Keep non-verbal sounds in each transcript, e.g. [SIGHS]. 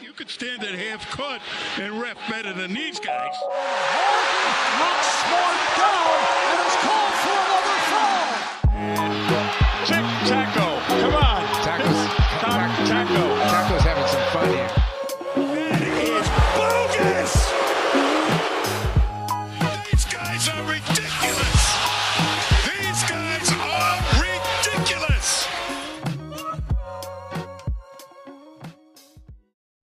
You could stand at half court and ref better than these guys. knocks one down and is called for another foul. Tic Taco. Come on. Taco's, Tac- Taco. Taco's having some fun here. That is bogus! These guys are ridiculous! These guys are ridiculous!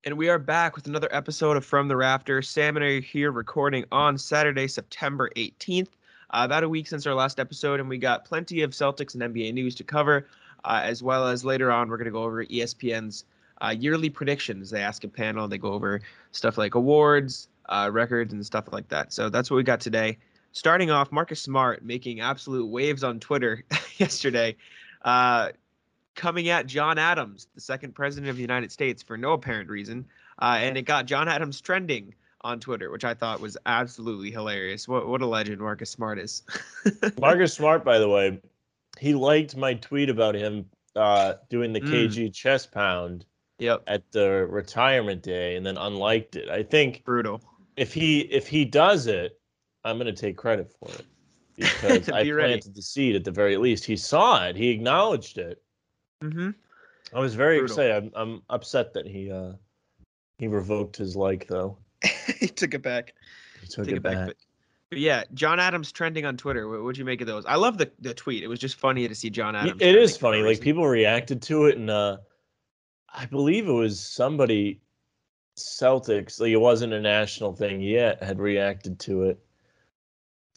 And we are back with another episode of From the Rafter. Sam and I are here recording on Saturday, September 18th, uh, about a week since our last episode. And we got plenty of Celtics and NBA news to cover, uh, as well as later on, we're going to go over E ESPN's uh, yearly predictions. They ask a panel, they go over stuff like awards, uh, records, and stuff like that. So that's what we got today. Starting off, Marcus Smart making absolute waves on Twitter [LAUGHS] yesterday. Uh, coming at John Adams, the second president of the United States, for no apparent reason. Uh, and it got John Adams trending on Twitter, which I thought was absolutely hilarious. What, what a legend Marcus Smart is. Marcus Smart, by the way, he liked my tweet about him uh, doing the Mm. KG chest pound [LAUGHS] yep. at the retirement day, and then unliked it. I think Brutal. if he if he does it, I'm gonna take credit for it [LAUGHS] because I Be ready. planted the seed at the very least. He saw it. He acknowledged it. Mm-hmm. I was very Brutal. excited. I'm, I'm upset that he uh, he revoked his like though. [LAUGHS] he took it back. He took Take it back. But, but yeah, John Adams trending on Twitter. What would you make of those? I love the, the tweet. It was just funny to see John Y- Adams. It trending is for funny. no Like reason. people reacted to it, and uh, I believe it was somebody Celtics. Like it wasn't a national thing yet. Had reacted to it,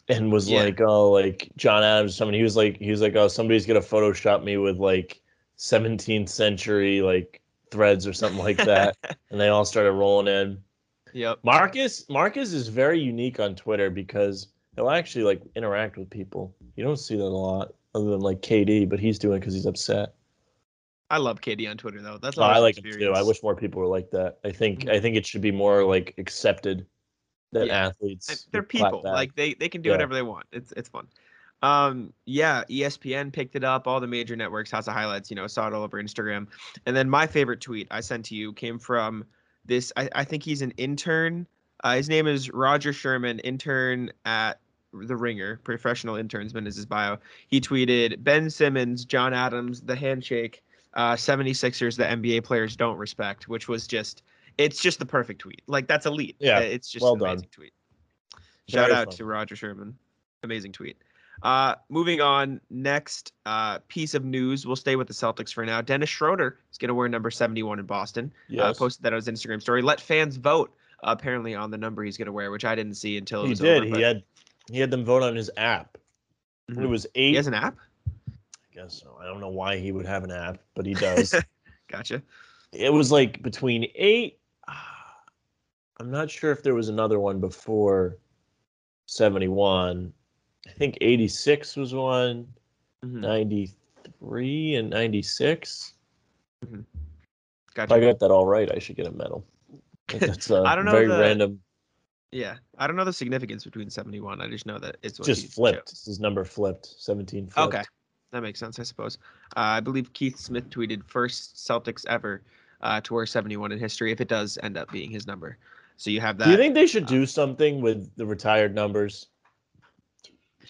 and was Yeah. like, "Oh, like John Adams." Somebody he was like, he was like, "Oh, somebody's gonna Photoshop me with like 17th century like threads or something like [LAUGHS] that," and they all started rolling in. Yep. Marcus Marcus is very unique on Twitter because he'll actually like interact with people. You don't see that a lot other than like KD, but he's doing it because he's upset. I love KD on Twitter though. That's No, Oh, I always an like him too. experience. Mm-hmm. I wish more people were like that. I think I think it should be more like accepted that Yeah. athletes I- they're would clap people. back. Like uh, they they can do Yeah. whatever they want. It's it's fun. Um, yeah, ESPN picked it up. All the major networks has the highlights. You know, saw it all over Instagram. And then my favorite tweet I sent to you came from this. I, I think he's an intern. Uh, his name is Roger Sherman, intern at the Ringer. Professional internsman is his bio. He tweeted Ben Simmons, John Adams, the handshake. Uh, 76ers that NBA players don't respect, which was just, it's just the perfect tweet. Like that's elite. Yeah, it's just well an done. amazing tweet. Shout Very out fun. to Roger Sherman. Amazing tweet. Uh, moving on, next uh, piece of news. We'll stay with the Celtics for now. Dennis Schroeder is going to wear number 71 in Boston. Uh, Yes. posted that on his Instagram story. Let fans vote, apparently, on the number he's going to wear, which I didn't see until it he was did. over, he but- had he had them vote on his app. It Mhm. was He eight. has an app? I guess so. I don't know why he would have an app, but he [LAUGHS] does. Gotcha. it was like between eight. [SIGHS] I'm not sure if there was another one before 71. I think 86 was one, Mm-hmm. Mhm. 93 and 96. If Gotcha. I got that all right, I should get a medal. [LAUGHS] That's uh, I don't know very the- random. yeah. I don't know the significance between 71. I just know that it's what he Just chose. flipped. This is number flipped. 17 flipped. Okay, that makes sense, I suppose. Uh, I believe Keith Smith tweeted first Celtics ever uh, to wear 71 in history. If it does end up being his number, so you have that. uh, Do you think they should do something with the retired numbers?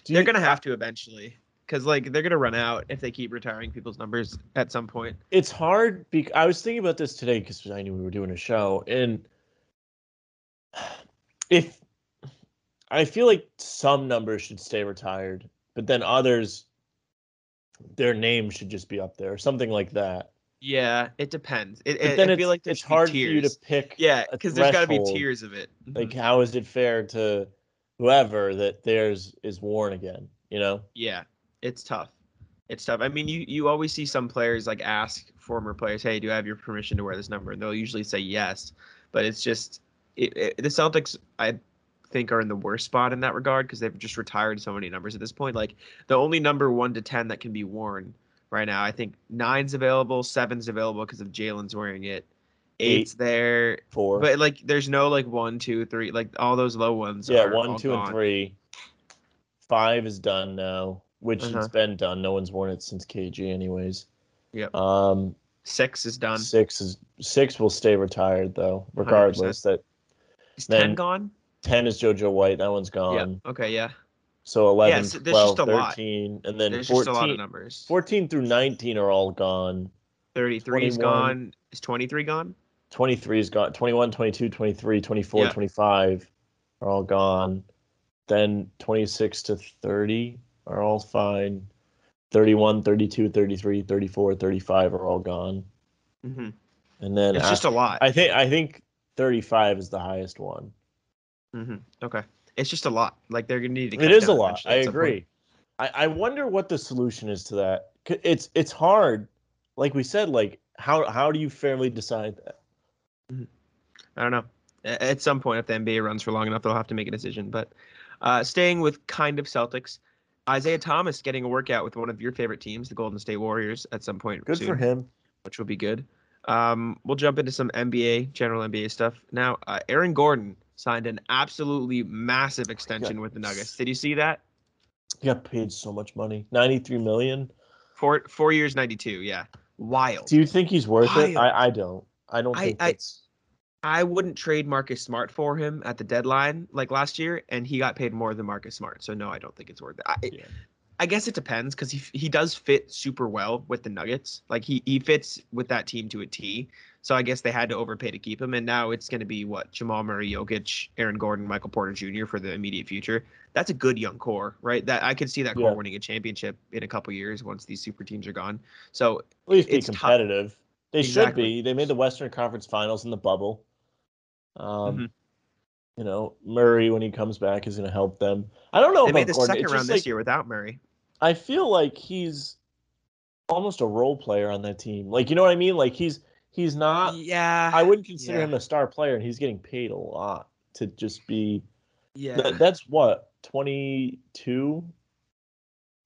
Do they're you- gonna have to eventually? Because like they're gonna run out if they keep retiring people's numbers at some point. it's hard because I was thinking about this today because I knew we were doing a show, and [SIGHS] if I feel like some numbers should stay retired, but then others, their name should just be up there, or something like that. Yeah, it depends. It, But it- then I it's, feel like there it's should be hard for you to tiers. pick. Yeah, a because there's gotta be threshold. tiers of it. Mhm. Like, how is it fair to whoever that theirs is worn again? You know, Yeah, it's tough. It's tough. I mean, you you always see some players like ask former players, "Hey, do I have your permission to wear this number?" And they'll usually say yes, but it's just it, it, the Celtics. I think are in the worst spot in that regard because they've just retired so many numbers at this point. Like the only number one to ten that can be worn right now, I think nine's available, seven's available because of Jalen's wearing it. Eight's there, four. but like there's no like one, two, three, like all those low ones. Yeah, are one, all two, gone. and three. Five is done now, which Uh-huh. it's been done. No one's worn it since KG, anyways. Yep. Um, Six is done. six is six will stay retired though, regardless. That Is ten Then- gone? ten is JoJo White. That one's gone. yeah. Okay. Yeah. So 11, so there's 12, just a lot. 13, and then There's 14, just a lot of numbers. 14 through 19 are all gone. 33 is 21. gone. Is 23 gone? 23 is gone. 21, 22, 23, 24, Yeah. 25 are all gone. Then 26 to 30 are all fine. 31, 32, 33, 34, 35 are all gone. hmm And then It's af- just a lot. I think I think 35 is the highest one. hmm Okay. It's just a lot. Like they're gonna need to. It cut is a down lot. eventually I at some point. agree. I, I wonder what the solution is to that. C- It's it's hard. Like we said, like how how do you fairly decide that? I don't know. A- At some point, if the NBA runs for long enough, they'll have to make a decision. But uh, staying with kind of Celtics, Isaiah Thomas getting a workout with one of your favorite teams, the Golden State Warriors, at some point Good soon, for him. which will be good. Um, we'll jump into some NBA, general NBA stuff now. Uh, Aaron Gordon signed an absolutely massive extension with the Nuggets. Did you see that? He got paid so much money. 93 million. Four four years, ninety two. Yeah, wild. Do you think he's worth it? Wild. I, I don't. I don't I- think I- that's I wouldn't trade Marcus Smart for him at the deadline like last year, and he got paid more than Marcus Smart. So no, I don't think it's worth it. I, Yeah. I guess it depends because he he does fit super well with the Nuggets. Like he he fits with that team to a T. So I guess they had to overpay to keep him, and now it's going to be what Jamal Murray, Jokic, Aaron Gordon, Michael Porter Jr. for the immediate future. That's a good young core, right? That I could see that core Yeah. winning a championship in a couple years once these super teams are gone. So at least be it's tough. competitive. They Exactly. should be. They made the Western Conference Finals in the bubble. Um, Mhm. You know, Murray when he comes back is going to help them. I don't know they about made the Gordon. second It's round just like, this year without Murray. I feel like he's almost a role player on that team. Like you know what I mean? Like he's he's not. yeah, Uh, I wouldn't consider yeah. him a star player, and he's getting paid a lot to just be. [LAUGHS] yeah. That, that's what twenty two.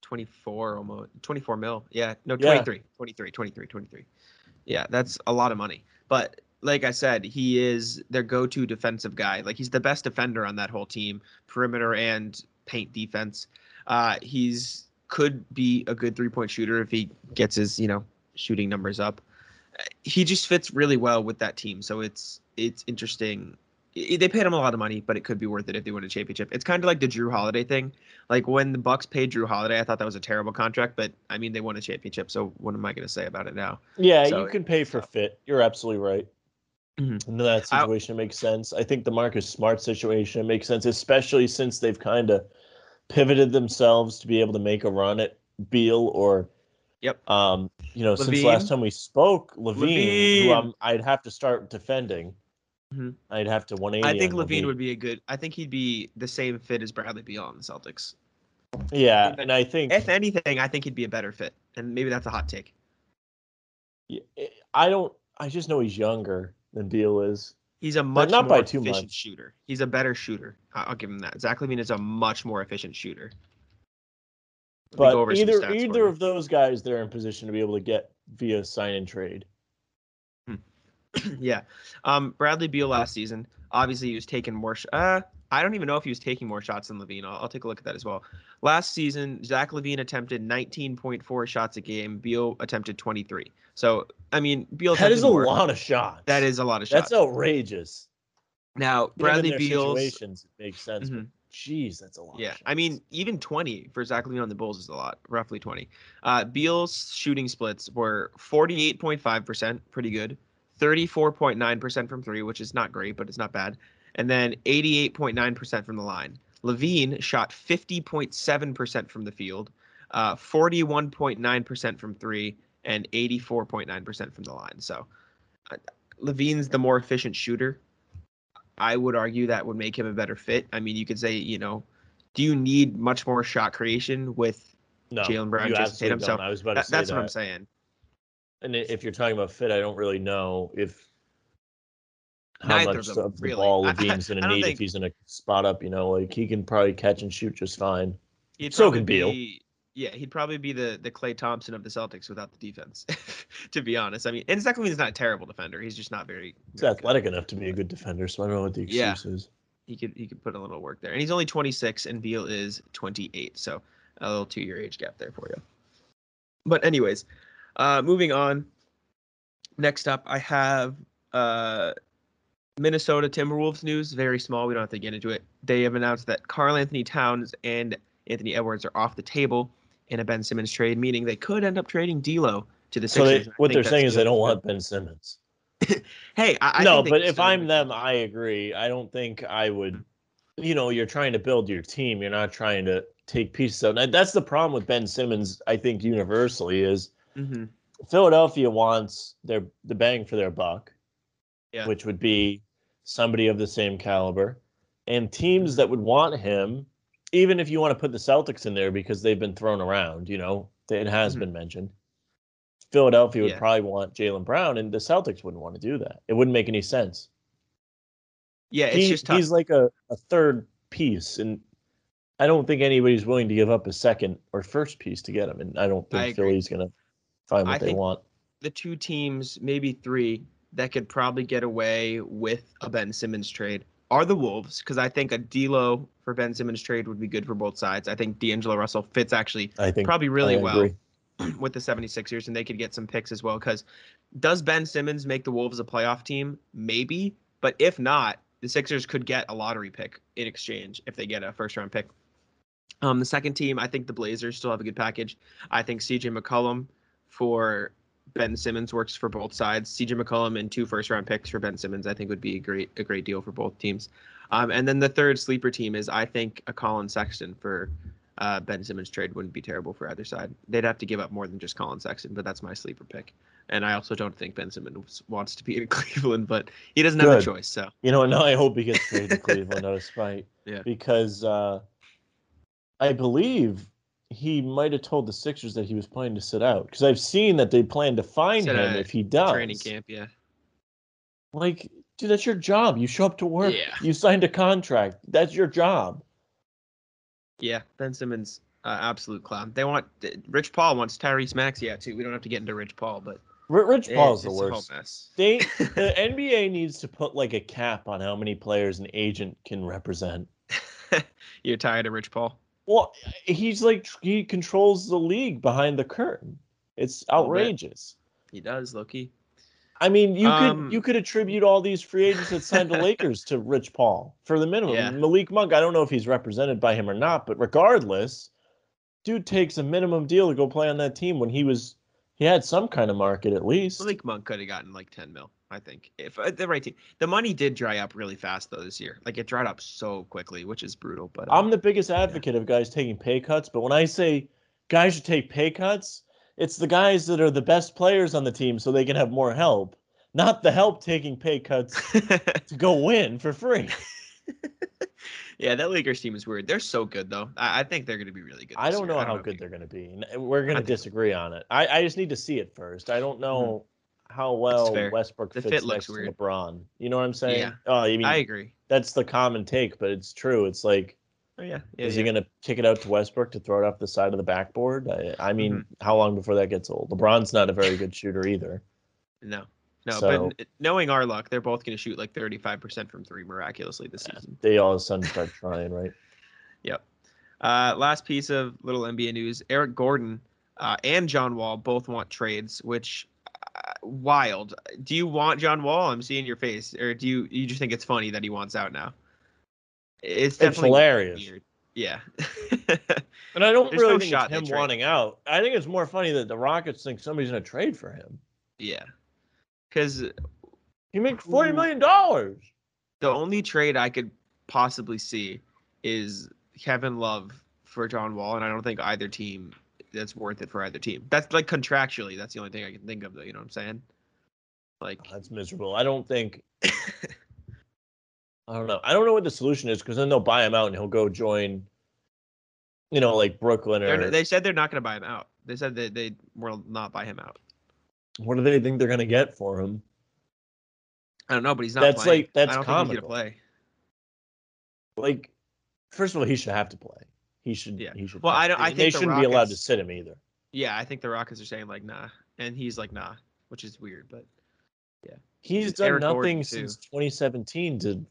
24 almost 24 mil yeah no Yeah. 23 23 23 23 yeah that's a lot of money but like i said he is their go-to defensive guy like he's the best defender on that whole team perimeter and paint defense uh he's could be a good three-point shooter if he gets his you know shooting numbers up Uh, he just fits really well with that team so it's it's interesting I- they paid him a lot of money, but it could be worth it if they win a championship. It's kind of like the Drew Holiday thing. Like when the Bucks paid Drew Holiday, I thought that was a terrible contract, but I mean they won a championship, so what am I going to say about it now? Yeah, So- you can pay for fit. You're absolutely right. Mhm. In that I- situation, it makes sense. I think the Marcus Smart situation makes sense, especially since they've kind of pivoted themselves to be able to make a run at Beal or, Yep. um, you know, since Levine. last time we spoke, Levine, who Levine. um, I'd have to start defending. Mhm. I'd have to 180. I think on Levine would be a good. I think he'd be the same fit as Bradley Beal on the Celtics. Yeah, and I think If anything, I think he'd be a better fit, and maybe that's a hot take. I don't. I just know he's younger than Beal is. He's a much not more by too efficient much. shooter. He's a better shooter. I- I'll give him that. Zach Levine is a much more efficient shooter. Let me go But over some either stats for either you. of those guys, they're in position to be able to get via sign and trade. yeah. Um, Bradley Beal last season, obviously he was taking more. Sh- uh, I don't even know if he was taking more shots than Levine. I'll, I'll take a look at that as well. Last season, Zach Levine attempted 19.4 shots a game. Beal attempted 23. So I mean, Beal That is attempted a more. lot of shots. That is a lot of shots. that's outrageous. now Bradley Beal Beal's. situations it makes sense. Mhm. But geez, that's a lot. Yeah, of shots. I mean, even 20 for Zach Levine on the Bulls is a lot, roughly 20. Uh, Beal's shooting splits were 48.5%, pretty good, 34.9% from three, which is not great, but it's not bad, and then 88.9% from the line. Levine shot 50.7% from the field, uh, 41.9% from three, and 84.9% from the line. So uh, Levine's the more efficient shooter. I would argue that would make him a better fit. I mean, you could say, you know, do you need much more shot creation with no, Jalen Brown, you Jason absolutely Tatum, so don't. I was about that, to say that's that. what I'm saying. And i- if you're talking about fit, I don't really know if how Neither of much them, of the really. ball I- [LAUGHS] Levine's going I to don't need if think- he's in a spot up. You know, like he can probably catch and shoot just fine. He'd So probably can Beal. be- Yeah, he'd probably be the the Clay Thompson of the Celtics without the defense, [LAUGHS] to be honest. I mean, and Zach Levine's not a terrible defender. He's just not very. He's very good. athletic enough to be a good defender, so I don't know what the Yeah. excuse is. He could he could put a little work there, and he's only 26, and Beal is 28, so a little two year age gap there for you. But anyways, uh, moving on. Next up, I have uh, Minnesota Timberwolves news. Very small. We don't have to get into it. They have announced that Carl Anthony Towns and Anthony Edwards are off the table in a Ben Simmons trade, meaning they could end up trading D'Lo to the So Sixers. they, and I what think they're that's saying is good. they don't want Ben Simmons. Hey, I, I no, think they but can if still I'm win. them, I agree. I don't think I would. You know, you're trying to build your team. You're not trying to take pieces out. And that's the problem with Ben Simmons. I think universally is Mhm. Philadelphia wants their the bang for their buck, Yeah. which would be somebody of the same caliber, and teams that would want him, even if you want to put the Celtics in there because they've been thrown around. You know, it has Mhm. been mentioned. Philadelphia would Yeah. probably want Jalen Brown, and the Celtics wouldn't want to do that. It wouldn't make any sense Yeah, it's he, just tough. he's like a, a third piece and i don't think anybody's willing to give up a second or first piece to get him and i don't think I agree. philly's gonna find what I they think- want the two teams, maybe three, that could probably get away with a Ben Simmons trade are the Wolves, because I think a D'Lo for Ben Simmons trade would be good for both sides. I think D'Angelo Russell fits actually [CLEARS THROAT] i think probably really I well agree. with the 76ers, and they could get some picks as well. Because does Ben Simmons make the Wolves a playoff team? Maybe, but if not, the Sixers could get a lottery pick in exchange if they get a first round pick. Um, the second team, I think the Blazers still have a good package. I think CJ McCollum for Ben Simmons works for both sides. CJ McCollum and two first round picks for Ben Simmons, I think would be a great a great deal for both teams. Um, and then the third sleeper team is I think a Colin Sexton for uh, Ben Simmons trade wouldn't be terrible for either side. They'd have to give up more than just Colin Sexton, but that's my sleeper pick. And I also don't think Ben Simmons wants to be in [LAUGHS] Cleveland, but he doesn't have a Good. choice. So you know now i hope he gets traded to cleveland out of spite [LAUGHS] Yeah. because uh i believe he might have told the sixers that he was planning to sit out because i've seen that they plan to find Sit him out if he does training camp, yeah. like dude that's your job you show up to work Yeah. you signed a contract that's your job Yeah, Ben Simmons, uh, absolute clown. They want Rich Paul wants Tyrese Maxey out too. We don't have to get into Rich Paul, but Ri- Rich it- Paul's the it's worst. A whole mess. [LAUGHS] They, the NBA needs to put like a cap on how many players an agent can represent. You're tired of Rich Paul. Well, eh, he's like tr- he controls the league behind the curtain. It's little bit. outrageous. He does, Loki. I mean, you Um, could you could attribute all these free agents that signed [LAUGHS] the Lakers to Rich Paul for the minimum. Yeah. Malik Monk, I don't know if he's represented by him or not, but regardless, dude takes a minimum deal to go play on that team when he was he had some kind of market at least. Malik Monk could have gotten like 10 mil, I think, if uh, the right team. The money did dry up really fast though this year. Like it dried up so quickly, which is brutal. But uh, I'm the biggest advocate of guys taking pay cuts, but when I say guys should take pay cuts, it's the guys that are the best players on the team so they can have more help, not the help taking pay [LAUGHS] cuts to go win for free. yeah, that Lakers team is weird. They're so good though. I, I think they're going to be really good. I this don't year. know how if good they- they're going to be. and uh, We're going I to think they'll disagree on it. I, I just need to see it first. I don't know how well fair. Westbrook The fits fit next looks to weird. LeBron. You know what I'm saying? Yeah. Oh, I mean, I agree. that's the common take, but it's true. It's like, Oh yeah. yeah is yeah. he going to kick it out to Westbrook to throw it off the side of the backboard? I, I mean, Mm-hmm. how long before that gets old? LeBron's not a very good shooter either. No, no. So- But n- knowing our luck, they're both going to shoot like 35% from three miraculously this season. They all of a sudden start trying, right? Uh, last piece of little NBA news: Eric Gordon uh, and John Wall both want trades, which uh, wild. Do you want John Wall? I'm seeing your face, or do you you just think it's funny that he wants out now? It's It's definitely hilarious. weird. Yeah. [LAUGHS] And I don't There's really no think shot it's they him trade. wanting out. I think it's more funny that the Rockets think somebody's going to trade for him. yeah. Because You make Ooh. $40 million. dollars. the only trade I could possibly see is Kevin Love for John Wall, and I don't think either team that's worth it for either team. That's like contractually, that's the only thing I can think of, though. You know what I'm saying? Like, Oh, That's miserable. I don't [LAUGHS] think. I don't know. I don't know what the solution is because then they'll buy him out and he'll go join, you know, like Brooklyn they're, or. they said they're not going to buy him out. They said that they will not buy him out. what do they think they're going to get for him? I don't know, but he's not. That's playing. like- that's I don't think he's comical. going to play. like first of all he should have to play he should Yeah. he should Well, play. I don't- I And they think the shouldn't be allowed to Rockets- sit him either Yeah, I think the Rockets are saying like nah, and he's like nah, which is weird, but he's It's done Eric nothing Gordon, too. since 2017 to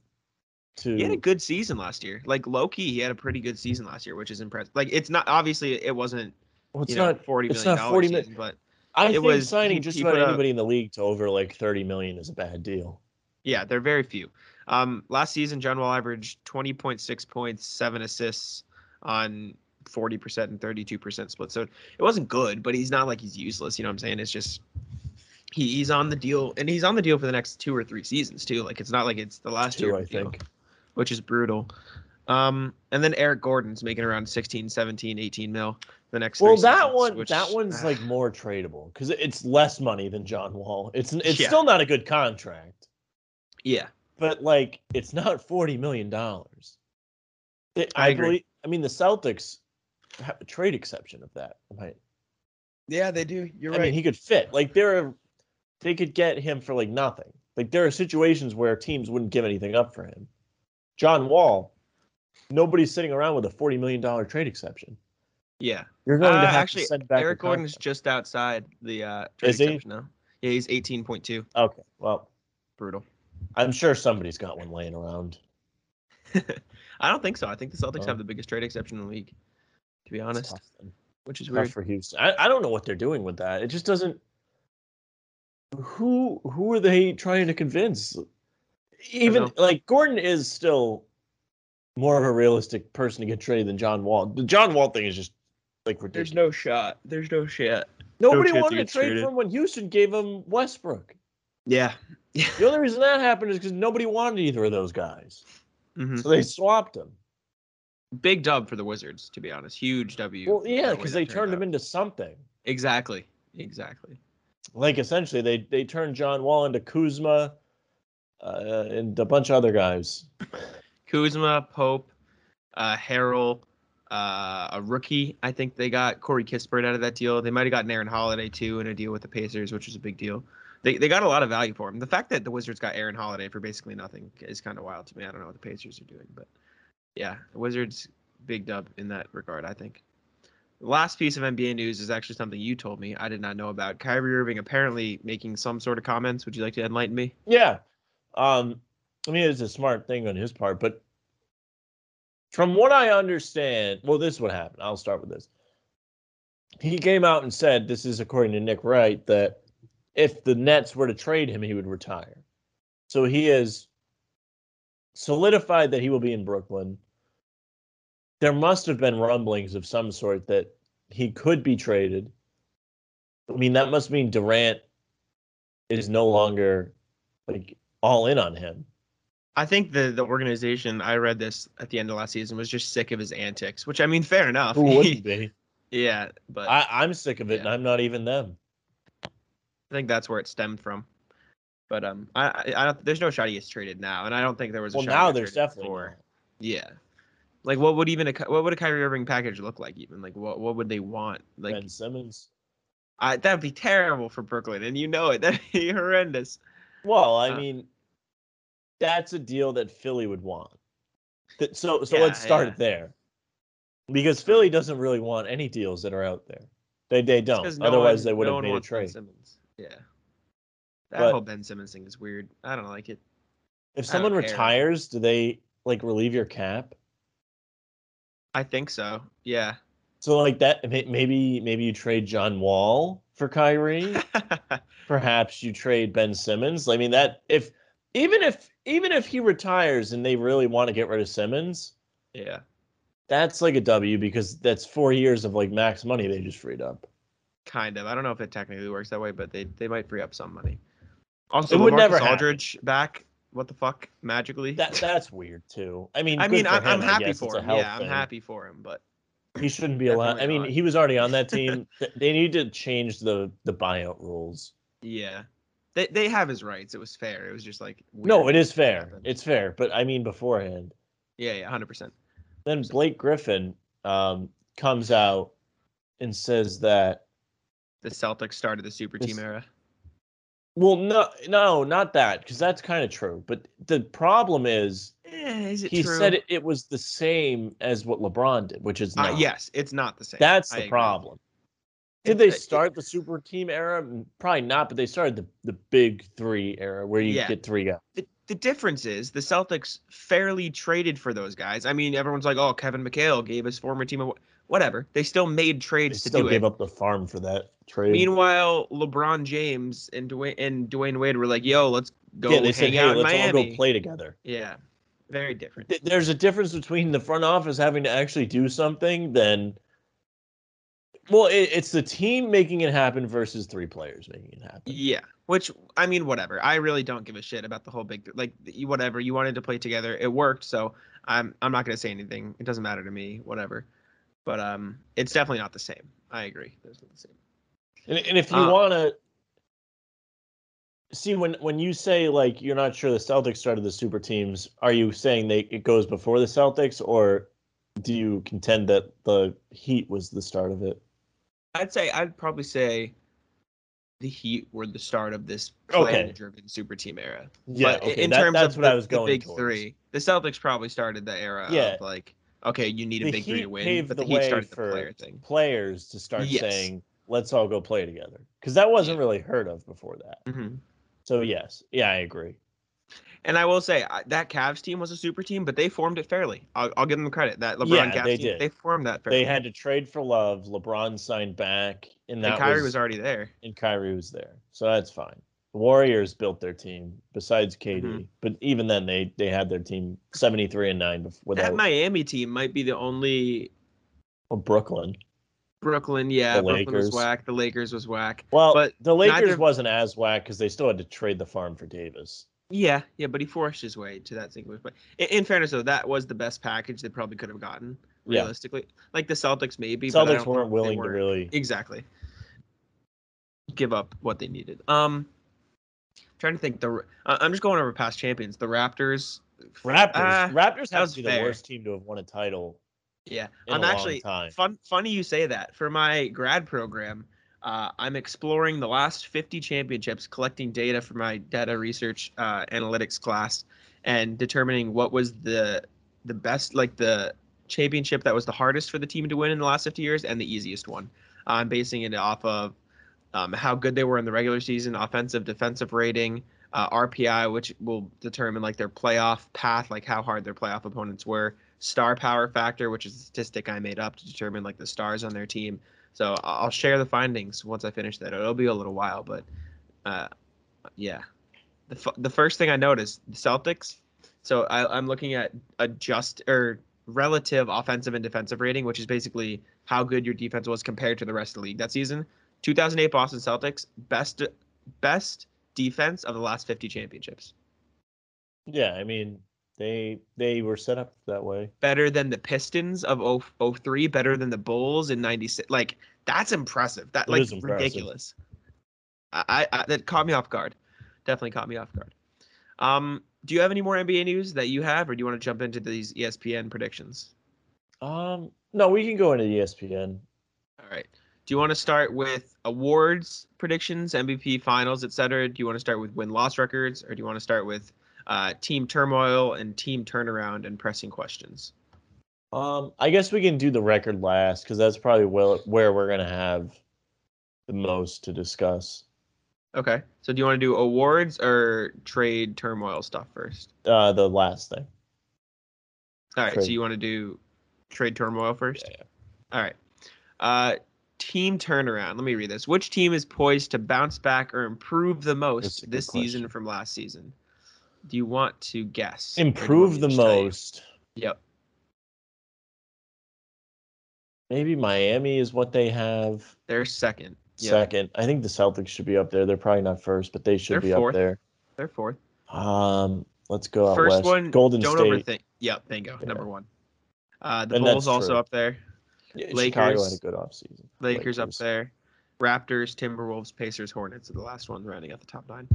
to He had a good season last year. Like Loki, he had a pretty good season last year, which is impressive. Like it's not obviously it wasn't well, it's you know, not forty it's million not dollars 40 season, mi- but I It think was- he- signing just he about put out- anybody in the league to over like 30 million is a bad deal. Yeah, they're very few. Um, last season, John Wall averaged 20.6 points, seven assists on 40% and 32% split. So it wasn't good, but he's not like he's useless. You know what I'm saying? It's just he, he's on the deal, and he's on the deal for the next two or three seasons too. Like it's not like it's the last Two, year, I of the deal, think. which is brutal. Um, and then Eric Gordon's making around 16, 17, 18 mil the next. Well, three that seasons, one which- that one's like more tradable because it's less money than John Wall. It's it's Yeah. still not a good contract, [SIGHS] yeah, but like it's not 40 million dollars. I, I agree. believe- I mean, the Celtics have a trade exception of that, right? yeah, they do. You're I mean, he could fit. Like there are, they could get him for like nothing. Like there are situations where teams wouldn't give anything up for him. John Wall, nobody's sitting around with a forty million dollar trade exception. yeah. You're going Uh, to have actually, to send back. Eric your Gordon's contract. just outside the uh, trade Is he? exception now. Yeah, he's 18.2. okay. Well, Brutal. I'm sure somebody's got one laying around. I don't think so. I think the Celtics Oh. have the biggest trade exception in the league, to be It's honest, tough then. which is Tough weird. for Houston. I, I don't know what they're doing with that. It just doesn't. Who who are they trying to convince? Even know. like Gordon is still more of a realistic person to get traded than John Wall. The John Wall thing is just like ridiculous. no shot. There's no shot. Nobody no chance he wanted to gets trade traded. for him when Houston gave him Westbrook. Yeah. The only reason that happened is because nobody wanted either of those guys, Mhm. so they swapped them. Big dub for the Wizards, to be honest. Huge W. Well, yeah, the way because that they turned him out. into something. Exactly. Exactly. like essentially they they turned John Wall into Kuzma uh, and a bunch of other guys. Kuzma, Pope, uh, Harrell, uh, a rookie. I think they got Corey Kispert out of that deal. They might have gotten Aaron Holiday too in a deal with the Pacers, which was a big deal. They, they got a lot of value for him. The fact that the Wizards got Aaron Holiday for basically nothing is kind of wild to me. I don't know what the Pacers are doing, but yeah, the Wizards big dub in that regard. I think. The last piece of NBA news is actually something you told me I did not know about. Kyrie Irving apparently making some sort of comments. Would you like to enlighten me? Yeah, um, I mean it's a smart thing on his part, but from what I understand, well, this is what happened. I'll start with this. He came out and said, "This is according to Nick Wright that if the Nets were to trade him, he would retire." So he has solidified that he will be in Brooklyn. There must have been rumblings of some sort that he could be traded. I mean, that must mean Durant is no longer like all in on [LAUGHS] him. I think the the organization I read this at the end of last season was just sick of his antics, which I mean, fair enough. Who [LAUGHS] wouldn't be? yeah, but I, I, I'm sick of it, and I'm not even them. think that's where it stemmed from. But um, I, I I don't. There's no shot he gets traded now, and I don't think there was. A Well, shot he now got there's traded definitely. before. not. Yeah, like what would even a Ky- what would a Kyrie Irving package look like? Even like what what would they want? Like ben Simmons. I, that'd be terrible for Brooklyn, and you know it. [LAUGHS] That'd be horrendous. Well, I Uh, mean, that's a deal that Philly would want. That, so, so Yeah, let's start yeah. it there, because Philly doesn't really want any deals that are out there. They they It's don't. 'cause Otherwise, one- they would no have one made a wants Ben trade. Simmons. Yeah, that But- whole Ben Simmons thing is weird. I don't like it. If I don't someone care. retires, do they like relieve your cap? I think so. Yeah. So like that, may- maybe maybe you trade John Wall for Kyrie. perhaps you trade Ben Simmons. I mean that if even if even if he retires and they really want to get rid of Simmons, [LAUGHS] yeah. that's like a W because that's four years of like max money they just freed up. Kind of. I don't know if it technically works that way, but they they might free up some money. Also, It would LaMarcus never happen. Aldridge back. What the fuck? Magically. That that's weird too. I mean, I good mean, for I, I'm him, I happy guess. It's for a him. health Yeah, I'm thing. happy for him. But He shouldn't be allowed. I Definitely mean, not. he was already on that [LAUGHS] team. Th- they need to change the the buyout rules. yeah, they they have his rights. It was fair. It was just like No, weird. it is fair. happened. It's fair, but I mean beforehand. Yeah, yeah, hundred percent. then Blake Griffin um, comes out and says that The Celtics started the super team This- era. well no no not that because that's kind of true but the problem is Eh, is it he true? said it, it was the same as what LeBron did which is Uh, not yes, it's not the same. that's I the agree. problem It- did they it- start the super team era Mm, probably not but they started the, the big three era where you Yeah. get three guys the, the difference is the Celtics fairly traded for those guys. I mean, everyone's like, "Oh, Kevin McHale gave his former team." A... Whatever. They still made They trades to still do gave it. up the farm for that trade. Meanwhile, LeBron James and Dwayne and Dwayne Wade were like, "Yo, let's go yeah, they hang said, "Hey, out in let's Miami." all go play together." Yeah, very different. Th- There's a difference between the front office having to actually do something than, well, it, it's the team making it happen versus three players making it happen. Yeah, which I mean, whatever. I really don't give a shit about the whole big th- like you- whatever. You wanted to play together, it worked. So I'm I'm not gonna say anything. It doesn't matter to me. Whatever. But um, it's definitely not the same. I agree. It's not the same. And, and if you Uh, want to see when when you say like you're not sure the Celtics started the super teams, are you saying they it goes before the Celtics, or do you contend that the Heat was the start of it? I'd say I'd probably say the Heat were the start of this Okay. plan-driven super team era. Yeah, but i- okay, in that- terms that's what of the, I was the going big towards. three, the Celtics probably started the era Yeah. of like, okay, you need a The big three Heat to win, paved but the, the Heat way started the for- player thing. Players to start Yes. saying, "Let's all go play together," because that wasn't Yeah. really heard of before that. Mhm. So yes, yeah, I agree. And I will say I- that Cavs team was a super team, but they formed it fairly. I'll, I'll give them credit. That LeBron Yeah, Cavs they team, did. they formed that fairly. They had to trade for Love. LeBron signed back, and that and Kyrie was, was already there. and Kyrie was there, so that's fine. The Warriors built their team besides KD, Mhm. but even then they they had their team seventy three and nine bef- That without Miami team might be the only well, Brooklyn. Brooklyn. Yeah, The Brooklyn was Lakers. whack. The Lakers was whack. Well, But the Lakers neither- wasn't as whack because they still had to trade the farm for Davis. Yeah, yeah, but he forced his way to that single. But in, in fairness, though, that was the best package they probably could have gotten Yeah. realistically. Like the Celtics, maybe. but I Celtics don't weren't think they willing were. to really. exactly give up what they needed. Um, trying to think. The uh, I'm just going over past champions. The Raptors. Raptors. Ah, Raptors that have was to be fair. the worst team to have won a title Yeah, in I'm a actually long time. fun. Funny you say that. For my grad program, uh, I'm exploring the last 50 championships, collecting data for my data research uh, analytics class, and determining what was the the best, like the championship that was the hardest for the team to win in the last 50 years, and the easiest one. I'm basing it off of um, how good they were in the regular season, offensive, defensive rating, uh, RPI, which will determine like their playoff path, like how hard their playoff opponents were, star power factor, which is a statistic I made up to determine like the stars on their team. So I- I'll share the findings once I finish that. It'll be a little while, but uh, yeah. The, f- the first thing I noticed, the Celtics. So I, I'm looking at a just or relative offensive and defensive rating, which is basically how good your defense was compared to the rest of the league that season. 2008 Boston Celtics best best defense of the last 50 championships. Yeah, I mean they they were set up that way. Better than the Pistons of 0- 03, better than the Bulls in 96. Like that's impressive. That It like is impressive. ridiculous. I, I I- that caught me off guard. Definitely caught me off guard. Um do you have any more NBA news that you have or do you want to jump into these E ESPN predictions? Um, no, we can go into E ESPN. All right. Do you want to start with awards predictions, MVP finals, et cetera? Do you want to start with win loss records, or do you want to start with uh, team turmoil and team turnaround and pressing questions? Um, I guess we can do the record last because that's probably well, where we're gonna have the most to discuss. Okay. So do you want to do awards or trade turmoil stuff first? Uh, the last thing. All right. So Trade. you want to do trade turmoil first? Yeah, All right. Uh, team turnaround. Let me read this. Which team is poised to bounce back or improve the That's a most good this season question. from last season? Do you want to guess? or do you want me Improve to the just tell you? most. Yep. Maybe Miami is what they have They're second. Yeah, second. I think the Celtics should be up there. They're probably not first, but they should They're be fourth. up there. They're fourth. Um, let's go out First west. one. Golden don't State. overthink. Yep. Bingo. Yeah. Number one. Uh, the And that's Bulls also true. up there. Yeah, Chicago had a Lakers. good offseason. Lakers, up there. Raptors, Timberwolves, Pacers, Hornets are the last ones rounding out the top nine.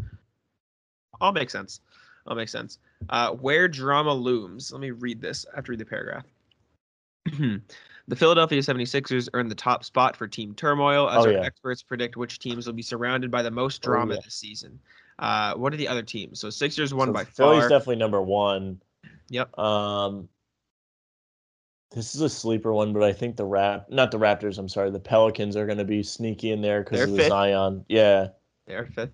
All makes sense. All makes sense. Uh, where drama looms. Let me read this after read the paragraph. [CLEARS THROAT] the Philadelphia 76ers earned the top spot for team turmoil as Oh, our yeah. experts predict which teams will be surrounded by the most Oh, drama yeah. this season. Uh, what are the other teams? So Sixers won So by Philly's far. definitely number one. Yep. Um, this is a sleeper one, but I think the rap, not the Raptors. I'm sorry, the Pelicans are going to be sneaky in there because They're of the fifth. Zion. Yeah. They're fifth.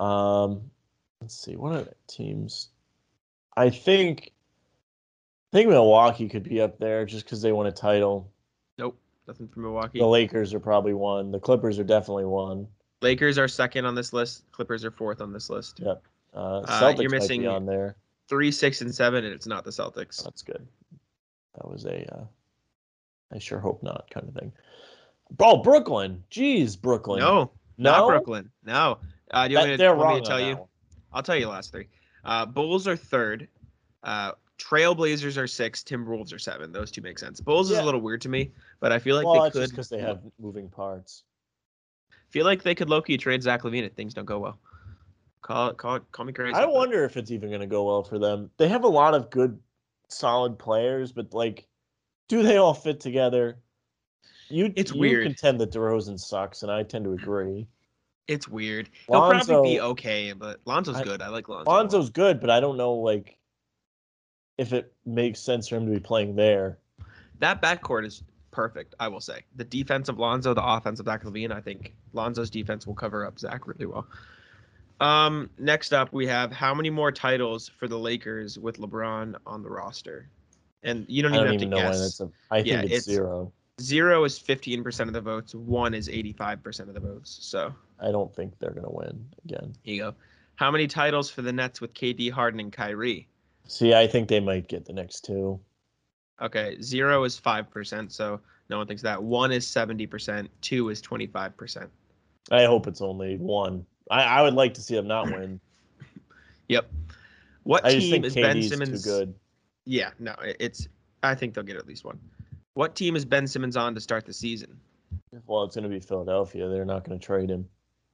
Um, let's see. What are the teams? I think, I think Milwaukee could be up there just because they won a title. Nope. Nothing from Milwaukee. The Lakers are probably one. The Clippers are definitely one. Lakers are second on this list. Clippers are fourth on this list. Yeah. Uh, Uh, Celtics you're might missing- be on there. Three, six, and seven, and it's not the Celtics. That's good. That was a. Uh, I sure hope not kind of thing. Oh, Brooklyn. Jeez, Brooklyn. No, no, not Brooklyn. No. Uh, do you That- want me to, they're want me wrong to on tell that you? one. I'll tell you last three. Uh, Bulls are third. Uh, Trailblazers are six. Timberwolves are seven. Those two make sense. Bulls is Yeah. a little weird to me, but I feel like well, they that's could just because they have moving parts. feel like they could Loki trade Zach Levine if things don't go well. Call it, call it, call me crazy. I but- wonder if it's even going to go well for them. They have a lot of good, solid players, but like, do they all fit together? You It's you weird. contend that DeRozan sucks, and I tend to [CLEARS THROAT] agree. It's weird. He'll Lonzo- probably be okay, but Lonzo's I- good. I like Lonzo. a lot. Lonzo's good, but I don't know like if it makes sense for him to be playing there. that backcourt is perfect. I will say the defense of Lonzo, the offense of Zach Levine. I think Lonzo's defense will cover up Zach really well. Um, next up we have how many more titles for the Lakers with LeBron on the roster? And you don't I even don't have even to know why guess. that's a. I Yeah, think it's- it's zero. Zero is fifteen percent of the votes. One is eighty-five percent of the votes. So I don't think they're gonna win again. here you go. How many titles for the Nets with KD, Harden, and Kyrie? See, I think they might get the next two. Okay, zero is five percent, so no one thinks that. One is seventy percent. Two is twenty-five percent. I hope it's only one. I, I would like to see them [CLEARS THROAT] not win. Yep. What I just team think is KD's Ben Simmons? too good. Yeah, no, it- it's. I think they'll get at least one. What team is Ben Simmons on to start the season? Well, it's gonna be Philadelphia. They're not gonna trade him.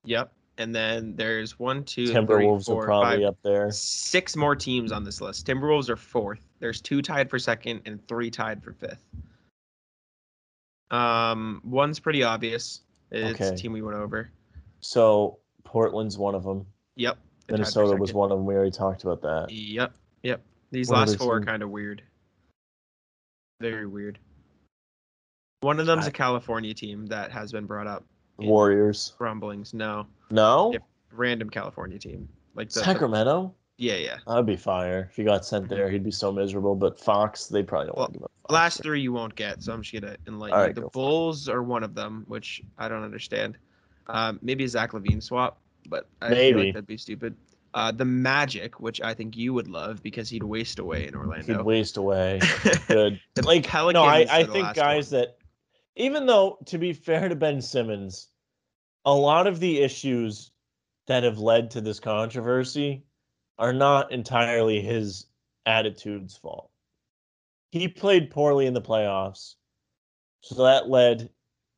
Yep. And then there's one, two, three, Timberwolves four, are probably five, up there. six more teams on this list. Timberwolves are fourth. There's two tied for second and three tied for fifth. Um, one's pretty obvious. It's the Okay. team we went over. So Portland's one of them. Yep. they're tied for Minnesota was second. one of them. We already talked about that. Yep. Yep. These What last other four are team? kind of weird. Very weird. One of them's a I- California team that has been brought up. in Warriors. rumblings. No, No. If- random California team. Like the, the Sacramento. yeah, yeah. That'd be fire. If he got Mm-hmm. sent there, he'd be so miserable. But Fox, they probably don't want to give up. Fox. Last three you won't get, so I'm just gonna enlighten All you. right, go for The it. Bulls are one of them, which I don't understand. Um, maybe a Zach Levine swap, but I feel Maybe. like that'd be stupid. Uh, the Magic, which I think you would love because he'd waste away in he'd Orlando. waste away. [LAUGHS] Good. The like Pelicans no, I, are I the think last guys one. that, even though to be fair to Ben Simmons, a lot of the issues that have led to this controversy are not entirely his attitude's fault. He played poorly in the playoffs, so that led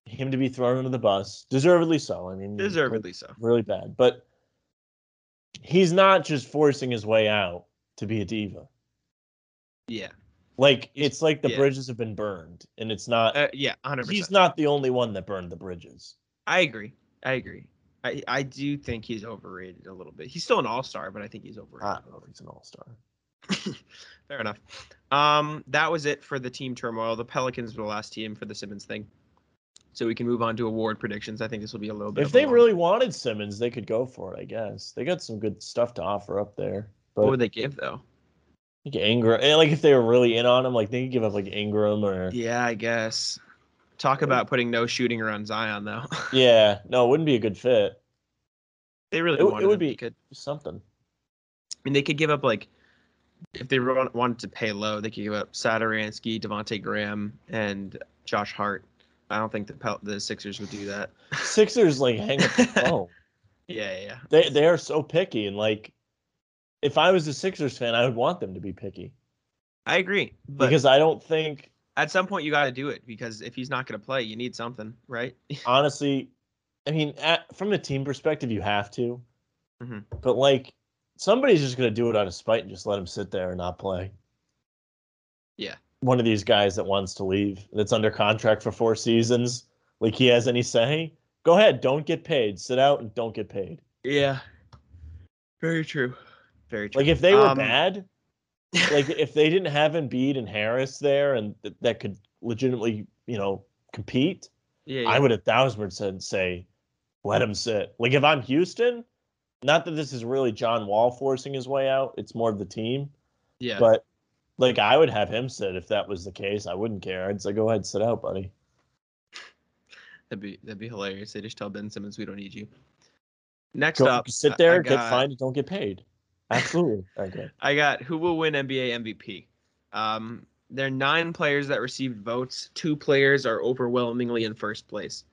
him to be thrown under the bus, deservedly so. I mean, he played deservedly so. really bad. But he's not just forcing his way out to be a diva. Yeah, Like He's- it's like the yeah. bridges have been burned, and it's not. uh, yeah, hundred percent. he's not the only one that burned the bridges. I agree. I agree. I, I do think he's overrated a little bit. He's still an all star, but I think he's overrated. I don't know if he's an all star. Fair enough. Um, that was it for the team turmoil. The Pelicans were the last team for the Simmons thing. So we can move on to award predictions. I think this will be a little bit. If of a they long- really wanted Simmons, they could go for it. I guess they got some good stuff to offer up there. But what would they give though? like Ingram, and, like if they were really in on him, like they could give up like Ingram or yeah. Yeah, I guess. Talk about putting no shooting around Zion though. [LAUGHS] no, it wouldn't be a good fit. they really It- it wanted would him. They be- Could, Something. I mean, they could give up like if they wa- wanted to pay low, they could give up Saturansky, Devonte Graham, and Josh Hart. I don't think the Pel- the Sixers would do that. Sixers like hang [LAUGHS] up the phone. Yeah, yeah, yeah. They they are so picky, and like if I was a Sixers fan, I would want them to be picky I agree. But because I don't think at some point you got to do it because if he's not going to play, you need something, right? [LAUGHS] honestly, I mean, at, from a team perspective, you have to. Mhm. But like, somebody's just gonna do it out of spite and just let him sit there and not play. Yeah. One of these guys that wants to leave, that's under contract for four seasons, like he has any say. Go ahead, don't get paid. Sit out and don't get paid. Yeah. Very true. Very true. Like if they were Um, [LAUGHS] bad, like if they didn't have Embiid and Harris there and th- that could legitimately, you know, compete, yeah, I yeah. would a thousand percent say, let him sit. Like if I'm Houston, not that this is really John Wall forcing his way out. It's more of the team. yeah. But like I would have him sit if that was the case. I wouldn't care. I'd say go ahead, sit out, buddy. That'd be that'd be hilarious. They just tell Ben Simmons we don't need you. Next Go, up, I- sit I there, get got- fined, don't get paid. Absolutely. okay. I got who will win NBA MVP. Um, there are nine players that received votes. Two players are overwhelmingly in first place.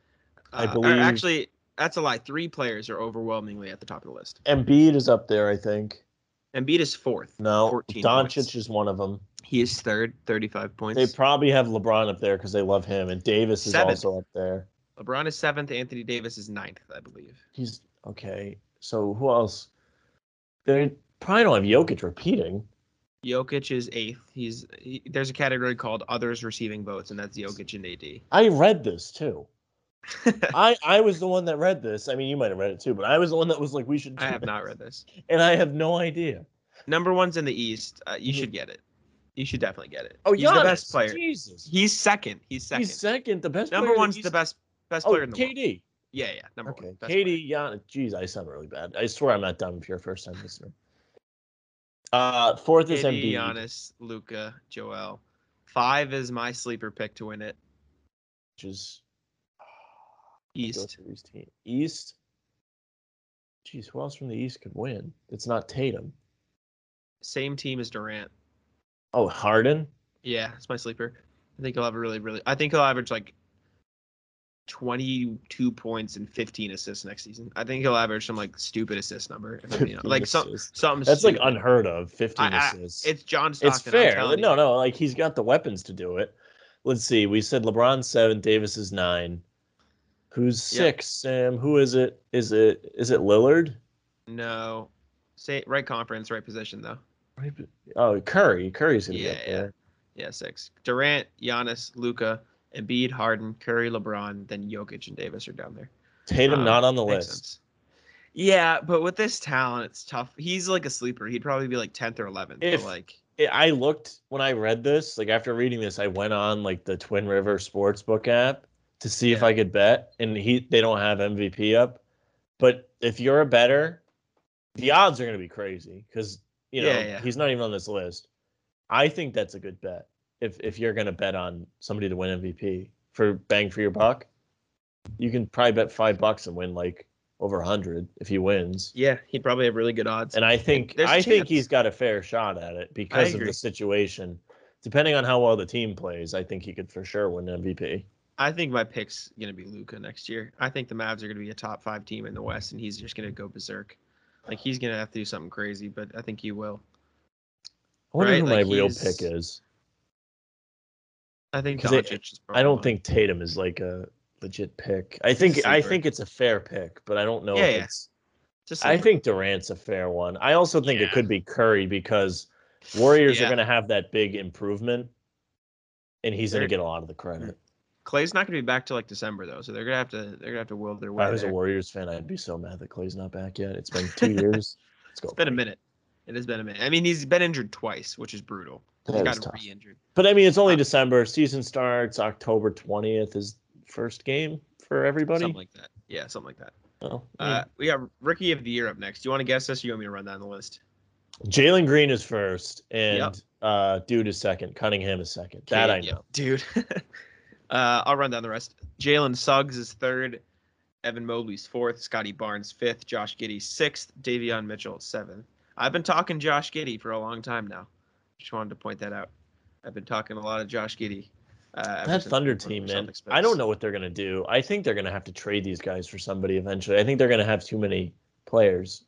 I Uh, or believe- actually, that's a lie. Three players are overwhelmingly at the top of the list. Embiid is up there, I think. Embiid is fourth. No, 14 Doncic points. is one of them. He is third, 35 points. They probably have LeBron up there because they love him, and Davis is Seventh. also up there. LeBron is seventh. Anthony Davis is ninth, I believe. He's okay. So who else? They probably don't have Jokic repeating. Jokic is eighth. He's he, there's a category called others receiving votes, and that's Jokic and AD. I read this [LAUGHS] too. I I was the one that read this. I mean, you might have read it too, but I was the one that was like, we should. I do have not this. read this. and I have no idea. Number one's in the East. Uh, you should get it. You should definitely get it. Oh, he's the best Giannis, player. Jesus, He's second. He's second. he's second. The best. number player one's he's- the best best Oh, player in the world. KD. Yeah, yeah. Number Okay, one. best player. KD Giannis. Jeez, I sound really bad. I swear I'm not dumb if you're a first time listener. Uh, fourth is Embiid. KD, Giannis, Luca, Joel. Five is my sleeper pick to win it. which is go East. through these teams. East. Jeez, who else from the East could win? It's not Tatum. Same team as Durant. Oh, Harden. Yeah, it's my sleeper. I think he'll have a really, really. I think he'll average like twenty-two points and fifteen assists next season. I think he'll average some like stupid assist number. If [LAUGHS] I'm being, 15 like some assists. something. That's like stupid. unheard of. Fifteen I- I- assists. It's John Stockton. it's I'm fair. telling No, you. no, like he's got the weapons to do it. Let's see. We said LeBron's seven, Davis is nine. Who's Yep. six, Sam? Who is it? Is it is it Lillard? no. Say right conference, right position though. Right, but- Oh, Curry. Curry's gonna Yeah, be up yeah. there. Yeah, six. Durant, Giannis, Luca, Embiid, Harden, Curry, LeBron, then Jokic and Davis are down there. Tatum Um, not on the Makes list. sense. Yeah, but with this talent, it's tough. He's like a sleeper. He'd probably be like tenth or eleventh. If- like, it, I looked when I read this, like after reading this, I went on like the Twin River Sportsbook app to see if Yeah. I could bet, and he they don't have MVP up. But if you're a better, the odds are going to be crazy because you know Yeah, yeah. he's not even on this list. I think that's a good bet if if you're going to bet on somebody to win MVP for bang for your buck. You can probably bet five bucks and win like over a hundred if he wins. yeah, he'd probably have really good odds. And I think There's a I think chance. he's got a fair shot at it because of agree. the situation. Depending on how well the team plays, I think he could for sure win MVP. I think my pick's gonna be Luca next year. I think the Mavs are gonna be a top five team in the West, and he's just gonna go berserk. Like he's gonna have to do something crazy, but I think he will. I wonder Right, who like, my real he's- pick is. I think 'Cause they- Doncic is probably I don't mine. think Tatum is like a legit pick. I think I Sleeper. think it's a fair pick, but I don't know Yeah, if yeah. it's Just I like- think Durant's a fair one. I also think it Yeah. could be Curry because Warriors Yeah. are gonna have that big improvement and he's gonna They're- get a lot of the credit. Clay's not gonna be back till like December though, so they're gonna have to they're gonna have to wield their If way. I was a there. Warriors fan, I'd be so mad that Clay's not back yet. It's been two [LAUGHS] years. Let's go. It's been a Clay. minute. It has been a minute. I mean, he's been injured twice, which is brutal. He's That got is tough. re-injured. But I mean, it's only Uh, December. Season starts October twentieth. Is first game for everybody. Something like that. Yeah, something like that. Oh, Uh, we got rookie of the year up next. Do you want to guess this? Or you want me to run down the list? yeah. Jalen Green is first, and Yep. uh, Dude is second. Cunningham is second. that I Cade, yeah, know. dude. [LAUGHS] uh, I'll run down the rest. Jalen Suggs is third. Evan Mobley's fourth. Scotty Barnes fifth. Josh Giddy sixth. Davion Mitchell seventh. I've been talking Josh Giddy for a long time now. Just wanted to point that out. I've been talking a lot of Josh Giddy. Uh, ever That since Thunder before team, the man. Celtics I don't picks. know what they're gonna do. I think they're gonna have to trade these guys for somebody eventually. I think they're gonna have too many players,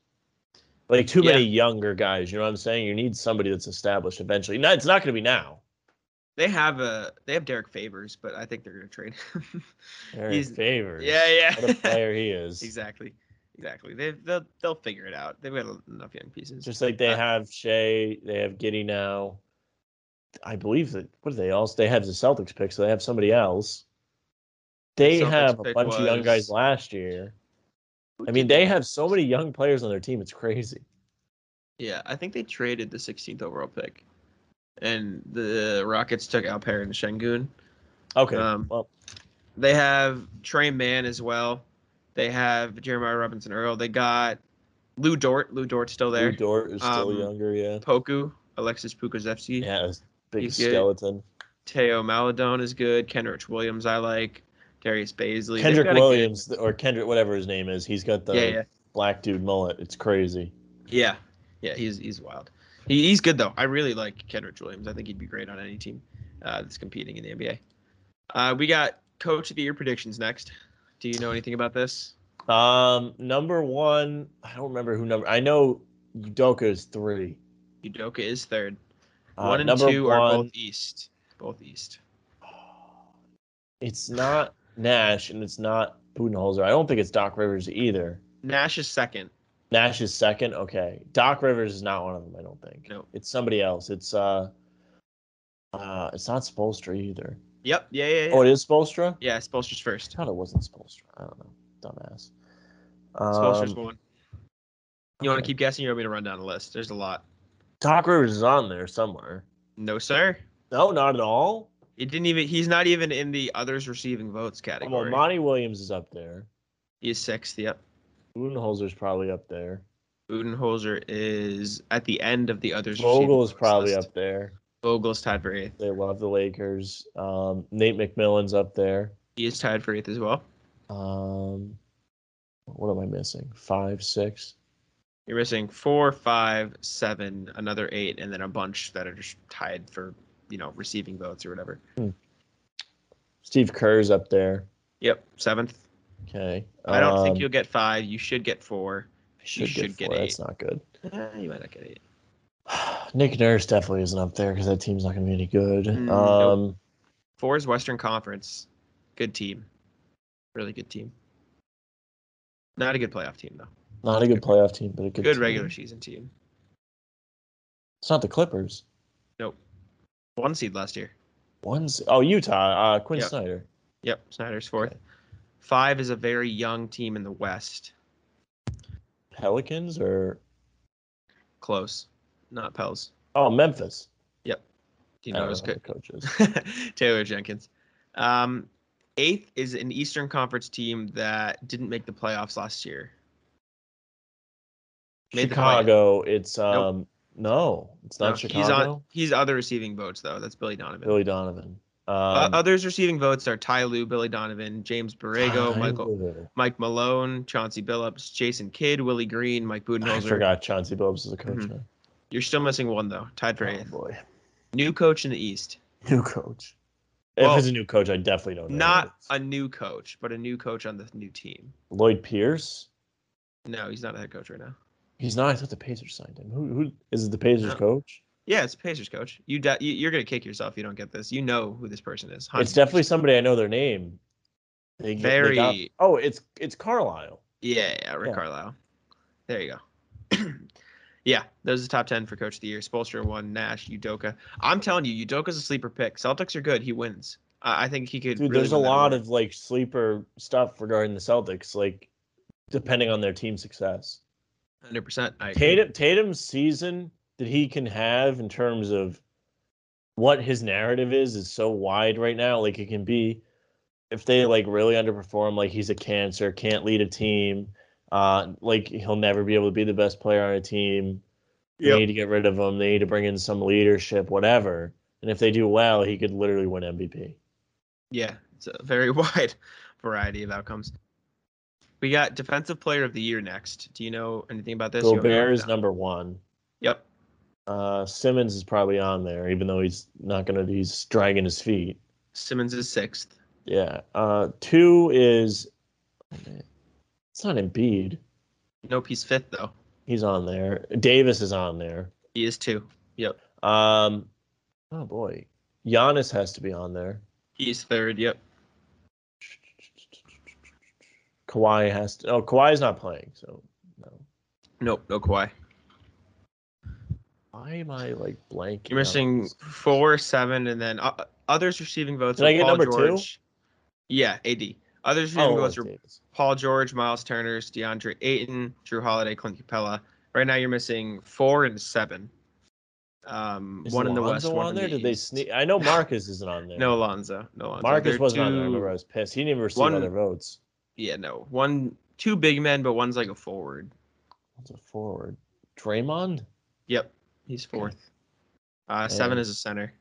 like too many younger guys. You know what I'm saying? You need somebody that's established eventually. No, it's not gonna be now. They have a they have Derek Favors, but I think they're gonna trade him. Aaron He's- Favors. [LAUGHS] yeah, What a yeah. player [LAUGHS] he is. exactly, exactly. They they'll they'll figure it out. They've got enough young pieces. Just like they Uh, have Shea, they have Giddy now. I believe that what do they else? They have the Celtics pick, so they have somebody else. They Celtics have a pick bunch of young guys was- last year. Who I mean, did they have so many young players on their team. It's crazy. Yeah, I think they traded the 16th overall pick, and the Rockets took Alper and Shengun. Okay. Um, well, They have Trey Mann as well. They have Jeremiah Robinson Earl. They got Lou Dort. Lou Dort's still there. Lou Dort is still um, younger. Yeah. Poku, Alexis Pukazevsky, Yeah. this Big he's good. skeleton. Teo Maladon is good. Kenrich Williams I like. Darius Baisley. They've Kendrick got a good- Williams or Kendrick whatever his name is. He's got the Yeah, yeah, black dude mullet. It's crazy. yeah, yeah. He's he's wild. He, he's good though. I really like Kendrick Williams. I think he'd be great on any team uh, that's competing in the NBA. Uh, we got coach of the year predictions next. Do you know anything about this? Um, number one, I don't remember who number. I know Udoka is three. Udoka is third. Uh, one and number two are both East. Both East. It's not Nash and it's not Budenholzer. I don't think it's Doc Rivers either. Nash is second. Nash is second. Okay, Doc Rivers is not one of them. I don't think. No. it's somebody else. It's uh, uh, it's not Spolstra either. Yep. Yeah. Yeah. Yeah. Oh, it is Spolstra. yeah Spoelstra's first. I thought it wasn't Spolstra. I don't know, dumbass. Spoelstra's Um, one. You want to okay. keep guessing? You want me to run down the list? There's a lot. Doc Rivers is on there somewhere. No, sir. No, not at all. He didn't even. He's not even in the others receiving votes Well, category. Monty Williams is up there. He's sixth. Yep. Budenholzer's probably up there. Budenholzer is at the end of the others. receiving Vogel is votes probably list. up there. Vogel's tied for eighth. They love the Lakers. Um, Nate McMillan's up there. He is tied for eighth as well. Um, what am I missing? Five, six. You're missing four, five, seven, another eight, and then a bunch that are just tied for you know receiving votes or whatever. Steve Kerr's up there. Yep. Seventh. Okay. I don't think Um, you'll get five. You should get four. You should, get, four. That's not good. [SIGHS] eight. Eh, you might not get eight. Nick Nurse definitely isn't up there because that team's not going to be any good. Mm, nope. um, Four is Western Conference. Good team. Really good team. Not a good playoff team though. Not a good playoff team, but a good Good team. regular season team. It's not the Clippers. One seed last year. One's oh Utah. Uh, Quinn Yep. Snyder. Yep, Snyder's fourth. Five is a very young team in the West. Pelicans or Close, not Pels. oh Memphis. Do you I know don't his know who the coach is. co- [LAUGHS] Taylor Jenkins. Um, eighth is an Eastern Conference team that didn't make the playoffs last year. Made the play-in. Chicago. It's um no, it's not No, Chicago. He's on. He's other receiving votes though. That's Billy Donovan. Billy Donovan. Um, Uh, others receiving votes are Ty Lue, Billy Donovan, James Borrego, Ty Michael Lue. Mike Malone, Chauncey Billups, Jason Kidd, Willie Green, Mike I Budenholzer. forgot Chauncey Billups is the coach. Mhm. now. You're still missing one though, tied for Oh eighth. boy, New coach in the East. [LAUGHS] new coach. Well, if it's a new coach, I definitely don't know. Not a new coach, but a new coach on the new team. Lloyd Pierce. No, he's not a head coach right now. He's not. I thought the Pacers signed him. Who? Who is it? The Pacers No. coach? Yeah, it's Pacers coach. You de- you- you're gonna kick yourself. if You don't get this. You know who this person is. It's 100%. definitely somebody I know their name. They, get- they got- Very- oh, it's it's Carlisle. Yeah, yeah, Rick Yeah. Carlisle. There you go. [CLEARS THROAT] yeah, those are the top ten for coach of the year. Spolstra one, Nash, Udoka. I'm telling you, Udoka's a sleeper pick. Celtics are good. He wins. I I think he could. Dude, really there's a win that lot award. of like sleeper stuff regarding the Celtics, like depending on their team success. 100. percent I agree. Tatum Tatum's season that he can have in terms of what his narrative is is so wide right now. Like it can be if they like really underperform, like he's a cancer, can't lead a team, uh, like he'll never be able to be the best player on a team. Yep. They need to get rid of him. They need to bring in some leadership, whatever. And if they do well, he could literally win MVP. Yeah, it's a very [LAUGHS] wide variety of outcomes. We got defensive player of the year next. Do you know anything about this? You want me to Gobert write it is down? number one. Yep. Uh, Simmons is probably on there, even though he's not gonna. He's dragging his feet. Simmons is sixth. Yeah. Uh, two is. It's not Embiid. Nope, he's fifth though. He's on there. Davis is on there. He is two. Um, oh boy, Giannis has to be on there. He's third. Yep. Kawhi has to. Oh, Kawhi's not playing, so no. Nope, no Kawhi. Why am I like blanking? You're out? missing four, seven, and then uh, others receiving votes. Did I were get Paul number two? George. Yeah, AD. Others receiving Oh, it was votes were Davis. Paul George, Miles Turner, DeAndre Ayton, Drew Holiday, Clint Capella. Right now, you're missing four and seven. Um, Is one in the West, Lonzo one on in there. the Did they East. sneak? I know Marcus isn't on there. No Alonzo. No Alonzo. Marcus They're wasn't on there. I two- remember I was pissed. He didn't even receive One- other votes. Yeah, no. One two big men, but one's like a forward. What's a forward? Draymond Yep. He's fourth. Uh seven And is a center.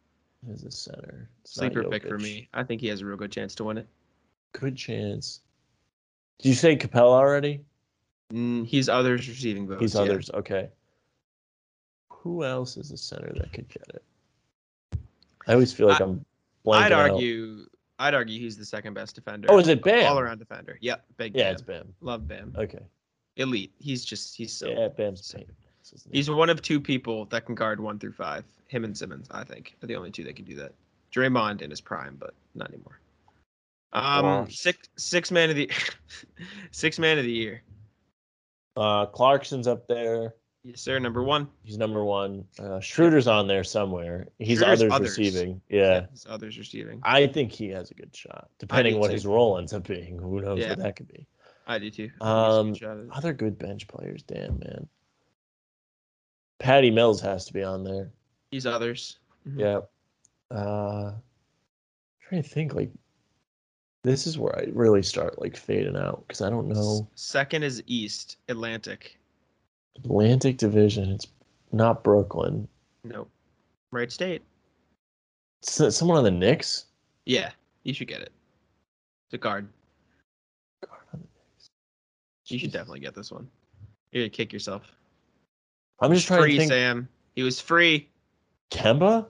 is a center. It's not Sleeper pick for Jokic. me. I think he has a real good chance to win it. Good chance. Did you say Capella already? Mm, he's others receiving votes. He's yeah. others. Okay. Who else is a center that could get it? I always feel like I, am blanking. I'd out. argue. I'd argue he's the second best defender. Oh, is it Bam? All around defender. Yep. Big. Yeah, Bam. it's Bam. Love Bam. Okay. Elite. He's just. He's so. yeah, Bam's so- pain. He's one of two people that can guard one through five. Him and Simmons, I think, are the only two that can do that. Draymond in his prime, but not anymore. Wow. Um, six six man of the [LAUGHS] six man of the year. uh, Clarkson's up there. Yes, sir. Number one. He's number one. Uh, Schroeder's on there somewhere. He's Schroeder's others, others. receiving. Yeah. Yes, Others receiving. I think he has a good shot, depending do what too. his role ends up being. Who knows Yeah. what that could be. I do too. I Um, think he's a good shot at it. Other good bench players, damn man. Patty Mills has to be on there. He's others. Mhm. Yeah. Uh trying to think like this is where I really start like fading out because I don't know. Second is East Atlantic. Atlantic Division, it's not Brooklyn. Nope. Right State. S- someone on the Knicks? Yeah, you should get it. It's a guard. God, on the Knicks. You should Jesus. definitely get this one. You're gonna kick yourself. I'm just trying Free to think Sam. He was free. Kemba?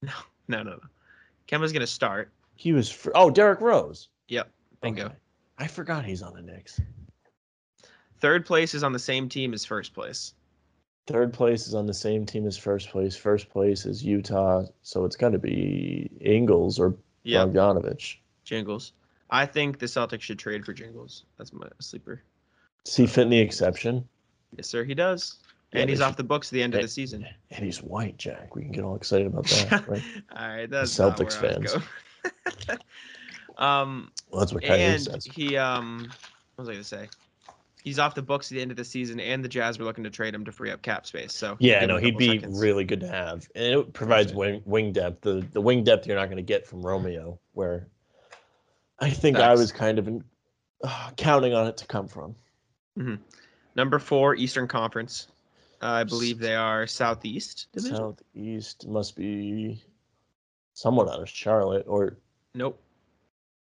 No, no, no. Kemba's gonna start. He was fr- Oh, Derek Rose. Yep. Bingo. Okay. I forgot he's on the Knicks. Third place is on the same team as first place. Third place is on the same team as first place. First place is Utah, so it's got to be Ingles or Yeah. Um, Bogdanovich. Jingles. I think the Celtics should trade for Jingles. That's my sleeper. Does he fit in the exception? Yes, sir. He does. Yeah, and they he's off should- the books at the end of they- the season. And he's white, Jack. We can get all excited about [LAUGHS] that. Right? All right, that's Celtics Celtics fans. [LAUGHS] um, Well, that's what Kyrie and says. he um, what was I gonna say? He's off the books at the end of the season, and the Jazz were looking to trade him to free up cap space. So Yeah, give no, him a he'd couple be seconds. really good to have, and it provides wing, wing depth. The the wing depth you're not going to get from Romeo, where I think I Facts. was kind of in, uh, counting on it to come from. Mm-hmm. number four Eastern Conference. Uh, I believe they are Southeast Division. Southeast must be someone out of Charlotte, or Nope.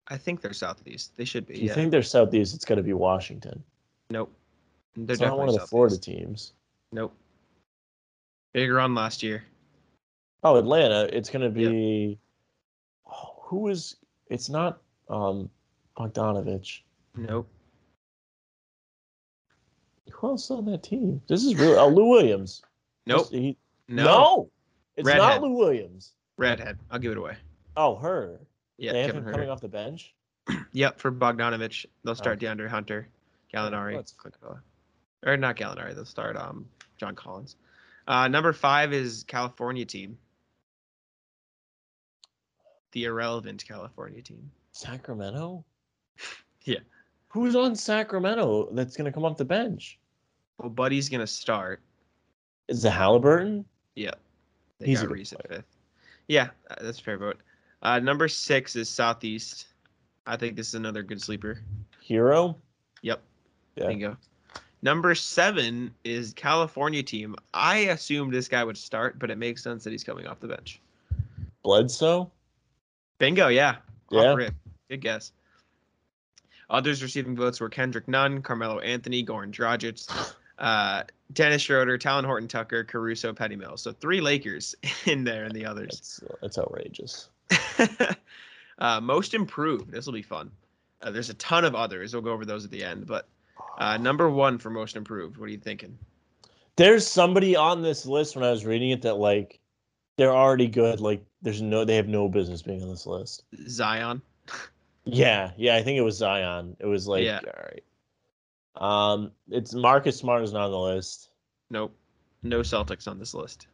I think they're Southeast. They should be. if you Yeah. think they're Southeast, it's got to be Washington. Nope. They're It's not one of the Southeast. Florida teams. Nope. Big run last year. Oh, Atlanta. It's going to be oh, who is? It's not um, Bogdanovich. Nope. Who else is on that team? This is really oh, Lou [LAUGHS] Williams. Nope. Just- he- No. it's Redhead. not Lou Williams. Redhead. I'll give it away. Oh, her. Yeah. they have Kevin him Huerter. coming off the bench. Yep, for Bogdanovich, they'll start Okay. DeAndre Hunter, Gallinari, Let's- Clickvilla. or not Gallinari. They'll start um John Collins. Uh, number five is California team, the irrelevant California team. Sacramento. [LAUGHS] Yeah. Who's on Sacramento that's going to come off the bench? Well, Buddy's gonna start. Is it Halliburton? Yep, they He's a got good Reese at player. fifth. Yeah, uh, that's a fair vote. Uh, number six is Southeast. I think this is another good sleeper. Hero. Yep. Yeah. Bingo. Number seven is California team. I assumed this guy would start, but it makes sense that he's coming off the bench. Bledsoe. Bingo, yeah. Yeah. Off rip. Good guess. Others receiving votes were Kendrick Nunn, Carmelo Anthony, Goran Dragic, uh, Dennis Schroeder, Talon Horton Tucker, Caruso, Petty Mills. So three Lakers [LAUGHS] in there and the others. [LAUGHS] That's that's outrageous. uh, most improved. This will be fun. Uh, there's a ton of others. We'll go over those at the end. But uh, number one for most improved. What are you thinking? There's somebody on this list when I was reading it that like they're already good. Like there's no they have no business being on this list. Zion. Yeah, yeah, I think it was Zion. It was like Yeah. all right. Um, it's Marcus Smart is not on the list. Nope. No Celtics on this list.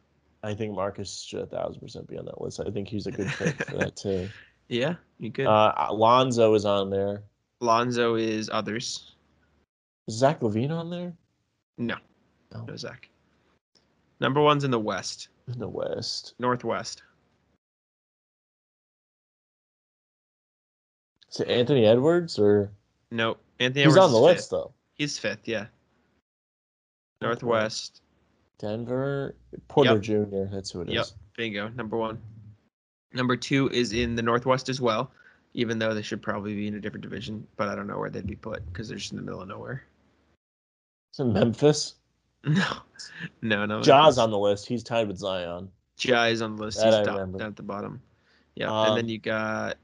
I think Marcus should a thousand percent be on that list. I think he's a good pick for that too. [LAUGHS] Yeah, you could. Uh, Lonzo is on there. Lonzo is others. Is Zach Levine on there No. No. No Zach. Number one's in the West, in the West? Northwest. Is it Anthony Edwards or Nope. Anthony. he's Edwards on the is list Fifth. though? He's fifth. Yeah. Northwest. Denver Porter Jr. That's who it is. Yep. Bingo. Number one. Number two is in the Northwest as well. even though they should probably be in a different division. But I don't know where they'd be put because they're just in the middle of nowhere. [LAUGHS] It's in Memphis. No, no, no. Jaws on the list. He's tied with Zion. Ja is on the list. That He's I down, remember. down at the bottom. Yeah, Um, and then you got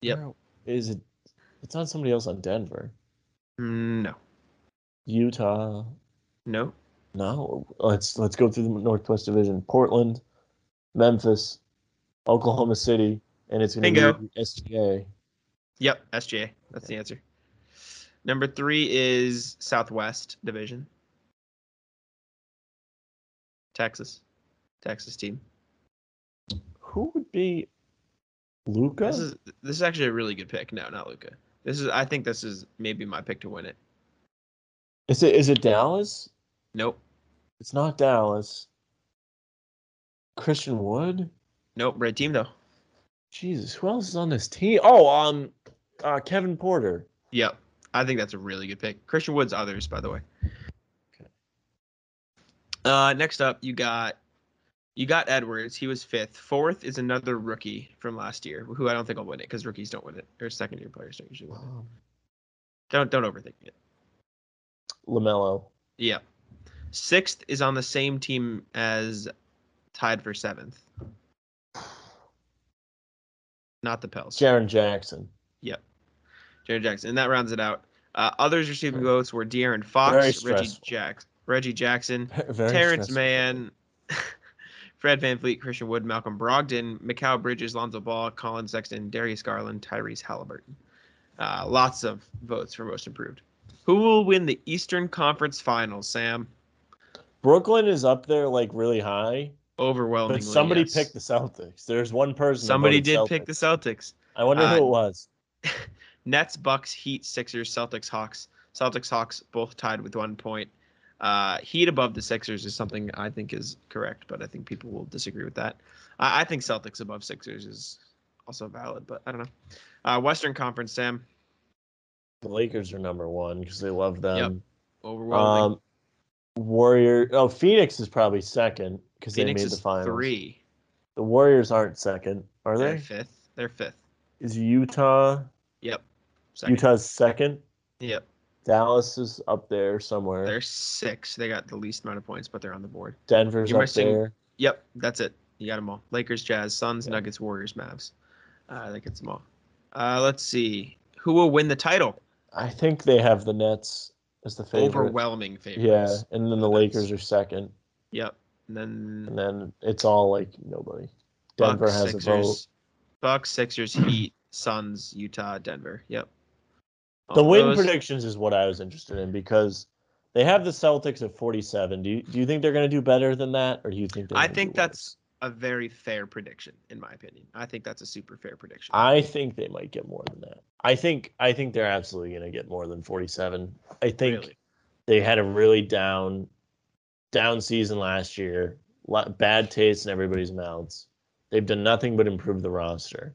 Yep. Where Is it? It's on somebody else on Denver. mm, no, Utah. no. No. Let's let's go through the Northwest Division. Portland, Memphis, Oklahoma City, and it's going to Bingo. be SGA. Yep, SGA. That's the answer. Number three is Southwest Division. Texas, Texas team. Who would be Luca? This is this is actually a really good pick. No, not Luca. This is I think this is maybe my pick to win it. Is it is it Dallas? Nope, It's not Dallas. Christian Wood? nope. Red team though. Jesus, who else is on this team? Oh, um uh Kevin Porter. Yep, I think that's a really good pick. Christian Woods, others by the way. Okay. Uh, next up, you got you got Edwards. He was fifth. Fourth is another rookie from last year, who I don't think will win it because rookies don't win it, or second year players don't usually win it. Don't don't overthink it. LaMelo. Yeah. Sixth is on the same team as tied for seventh. Not the Pels. Jaron Jackson. Jared Jackson. And that rounds it out. Uh, others receiving votes were De'Aaron Fox, Very Reggie, stressful. Jack- Reggie Jackson, [LAUGHS] Very Terrence stressful. Mann, [LAUGHS] Fred Van Fleet, Christian Wood, Malcolm Brogdon, Mikal Bridges, Lonzo Ball, Colin Sexton, Darius Garland, Tyrese Halliburton. Uh, lots of votes for most improved. Who will win the Eastern Conference Finals, Sam? Brooklyn is up there like really high. Overwhelmingly. But somebody yes. picked the Celtics. There's one person. that Somebody voted did pick Celtics. the Celtics. I wonder uh, who it was. Nets, Bucks, Heat, Sixers, Celtics, Hawks. Celtics, Hawks, both tied with one point. Uh, heat above the Sixers is something I think is correct, but I think people will disagree with that. I, I think Celtics above Sixers is also valid, but I don't know. Uh, Western Conference, Sam, The Lakers are number one because they love them. overwhelming. Um Warrior oh Phoenix is probably second because they Phoenix made the is finals. three. The Warriors aren't second, are They're they? fifth. They're fifth. Is Utah Yep. Second. Utah's second? Yep. Dallas is up there somewhere. They're six. They got the least amount of points, but they're on the board. Denver's You're up missing- there. Yep, that's it. You got them all. Lakers, Jazz, Suns, Yeah. Nuggets, Warriors, Mavs. Uh, that gets them all. Uh, let's see. Who will win the title? I think they have the Nets as the favorite. Overwhelming Yeah, favorites. and then the The Nets. Lakers are second, Yeah. Yep. And then and then it's all like nobody. Denver Bucks, has a vote. Sixers, [CLEARS THROAT] Bucks, Sixers, Heat, Suns, Utah, Denver. Yep. The All win those- predictions is what I was interested in because they have the Celtics at 47. Do you, do you think they're going to do better than that, or do you think? They're I gonna think do that's a very fair prediction, in my opinion. I think that's a super fair prediction. worse? I think they might get more than that. I think I think they're absolutely going to get more than 47. I think Really. they had a really down down season last year. Lot, bad taste in everybody's mouths. They've done nothing but improve the roster.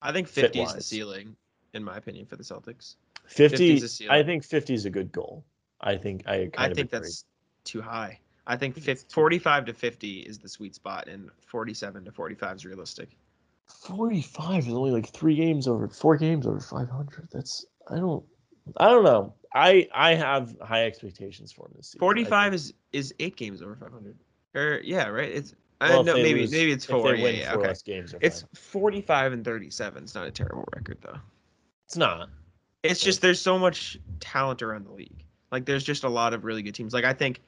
I think 50 is the fit-wise. ceiling, in my opinion, for the Celtics. 50 50 is a ceiling. I think 50 is a good goal. I think I kind I of think agree. that's too high. I think fif- 45 to 50 is the sweet spot, and 47 to 45 is realistic. 45 is only like three games over four games over 500 that's i don't i don't know i i have high expectations for him this season 45 is is eight games over 500. Or yeah, right? It's I Well, know if they uh, maybe lose- maybe it's if they four. Yeah, win yeah, four okay. less games or It's five. 45 and 37. It's not a terrible record though. it's not It's just there's so much talent around the league. Like there's just a lot of really good teams. Like I think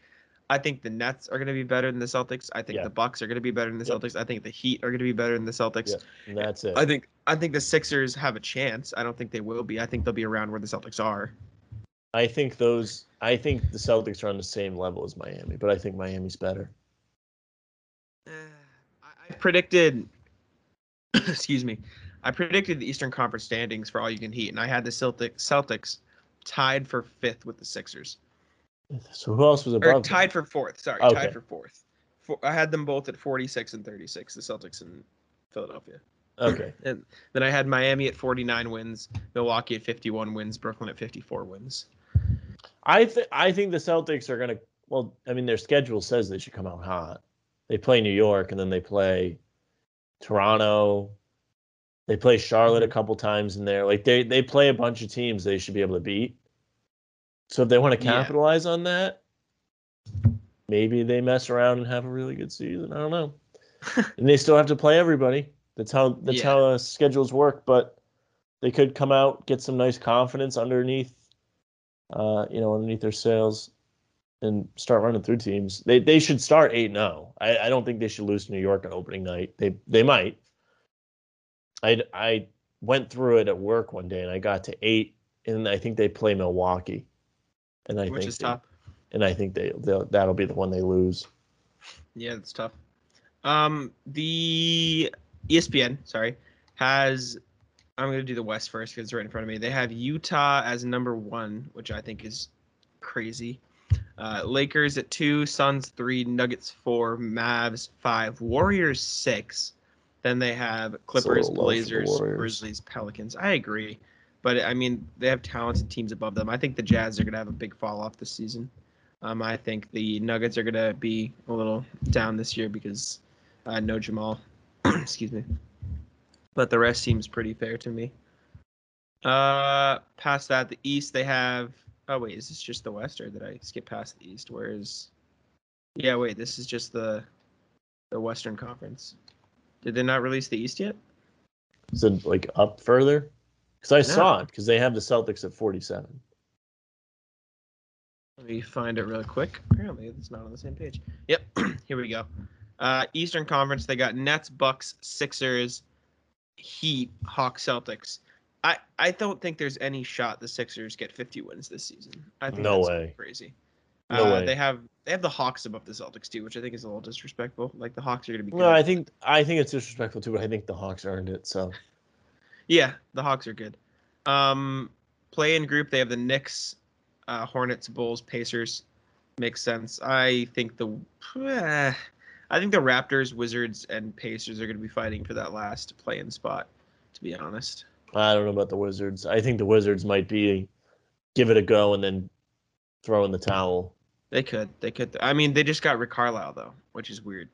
I think the Nets are going to be better than the Celtics. I think Yeah. the Bucks are going to be better than the Yep. Celtics. I think the Heat are going to be better than the Celtics. Yeah. and that's it I think I think the Sixers have a chance. I don't think they will be. I think they'll be around where the Celtics are. i think those i think the celtics are on the same level as miami but i think miami's better I, Uh, I predicted. [COUGHS] excuse me. I predicted the Eastern Conference standings for all you can heat, and I had the Celtic, Celtics tied for fifth with the Sixers, so who else was above or them? tied for fourth. Sorry, Okay. tied for fourth. For, I had them both at 46 and 36, the Celtics and Philadelphia. okay And then I had Miami at 49 wins, Milwaukee at 51 wins, Brooklyn at 54 wins. i think i think the celtics are gonna well i mean their schedule says they should come out hot they play new york and then they play toronto They play Charlotte a couple times in there. Like they they play a bunch of teams they should be able to beat. So if they want to Yeah. capitalize on that, maybe they mess around and have a really good season. I don't know. and they still have to play everybody. That's how that's Yeah. how uh, schedules work. But they could come out get some nice confidence underneath, uh, you know, underneath their sails, and start running through teams. They they should start eight eight zero. I I don't think they should lose to New York on opening night. They they might. I I went through it at work one day and I got to eight, and I think they play Milwaukee, and I which think is they- tough. and I think they they'll- that'll be the one they lose. Yeah, that's tough. Um, the E ESPN, sorry, has. I'm gonna do the West first because it's right in front of me. They have Utah as number one, which I think is crazy. Uh, Lakers at two, Suns three, Nuggets four, Mavs five, Warriors six. Then they have Clippers, little low for the Blazers, Warriors. Grizzlies, Pelicans. I agree, but I mean they have talented teams above them. I think the Jazz are gonna have a big fall off this season. Um, I think the Nuggets are gonna be a little down this year because uh, no Jamal. [CLEARS THROAT] Excuse me. But the rest seems pretty fair to me. Uh, past that, the East they have. Oh wait, is this just the West, or did I skip past the East? Where is? Yeah, wait, this is just the the Western Conference. Did they not release the East yet? Is it like up further? Because I saw it because they have the Celtics at forty seven. Let me find it real quick. Apparently, it's not on the same page. Yep, [CLEARS THROAT] here we go. Uh, Eastern Conference, they got Nets, Bucks, Sixers, Heat, Hawks, Celtics. I, I don't think there's any shot the Sixers get 50 wins this season. I think No that's way. crazy. No uh, way. They have they have the Hawks above the Celtics too, which I think is a little disrespectful. Like the Hawks are going to be. No, I good. think I think it's disrespectful too, but I think the Hawks earned it. So Yeah, the Hawks are good. Um, play in group, they have the Knicks, uh, Hornets, Bulls, Pacers. Makes sense. I think the, [SIGHS] eh, I think the Raptors, Wizards, and Pacers are going to be fighting for that last play-in spot. To be honest. I don't know about the Wizards. I think the Wizards might be give it a go and then throw in the towel. They could. They could. I mean, they just got Rick Carlisle though, which is weird.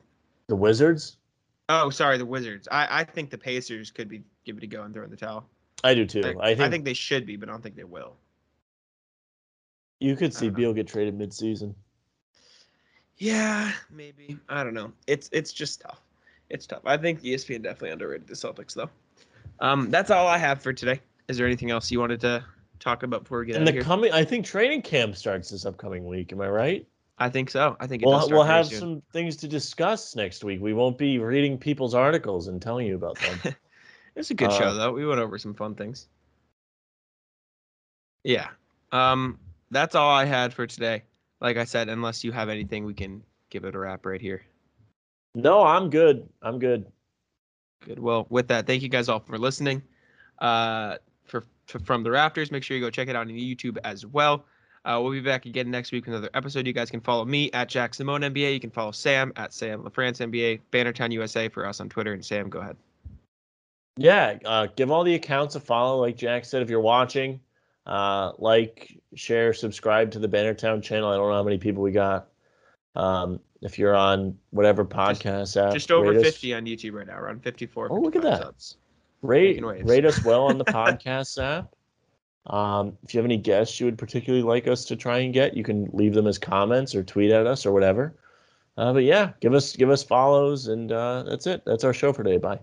The Wizards? Oh, sorry, the Wizards. I, I think the Pacers could be give it a go and throw in the towel. I do too. I think, I think they should be, but I don't think they will. you could I see don't know. Beal get traded midseason. Yeah, maybe. I don't know. It's it's just tough. It's tough. I think E ESPN definitely underrated the Celtics though. Um, that's all I have for today. Is there anything else you wanted to talk about before we get and out of the here? coming, I think training camp starts this upcoming week. Am I right? I think so. I think it does We'll, start we'll pretty have soon. some things to discuss next week. We won't be reading people's articles and telling you about them. [LAUGHS] It was a good uh, show though. We went over some fun things. Yeah. Um, that's all I had for today. Like I said, unless you have anything, we can give it a wrap right here. no, I'm good. I'm good. Good. Well, with that, thank you guys all for listening. Uh, for, for from the Raptors, make sure you go check it out on YouTube as well. Uh, we'll be back again next week with another episode. You guys can follow me at Jack Simone NBA. You can follow Sam at Sam LaFrance NBA. Bannertown USA for us on Twitter. And Sam, go ahead. yeah uh, give all the accounts a follow like jack said if you're watching uh, like share subscribe to the bannertown channel i don't know how many people we got um, if you're on whatever podcast app Just over rate us- 50 on YouTube right now. We're on 54. Uh, Oh, look at 55 that. subs. rate, making waves. rate us well [LAUGHS] on the podcast app um, if you have any guests you would particularly like us to try and get you can leave them as comments or tweet at us or whatever uh, but yeah give us give us follows and uh, that's it that's our show for today bye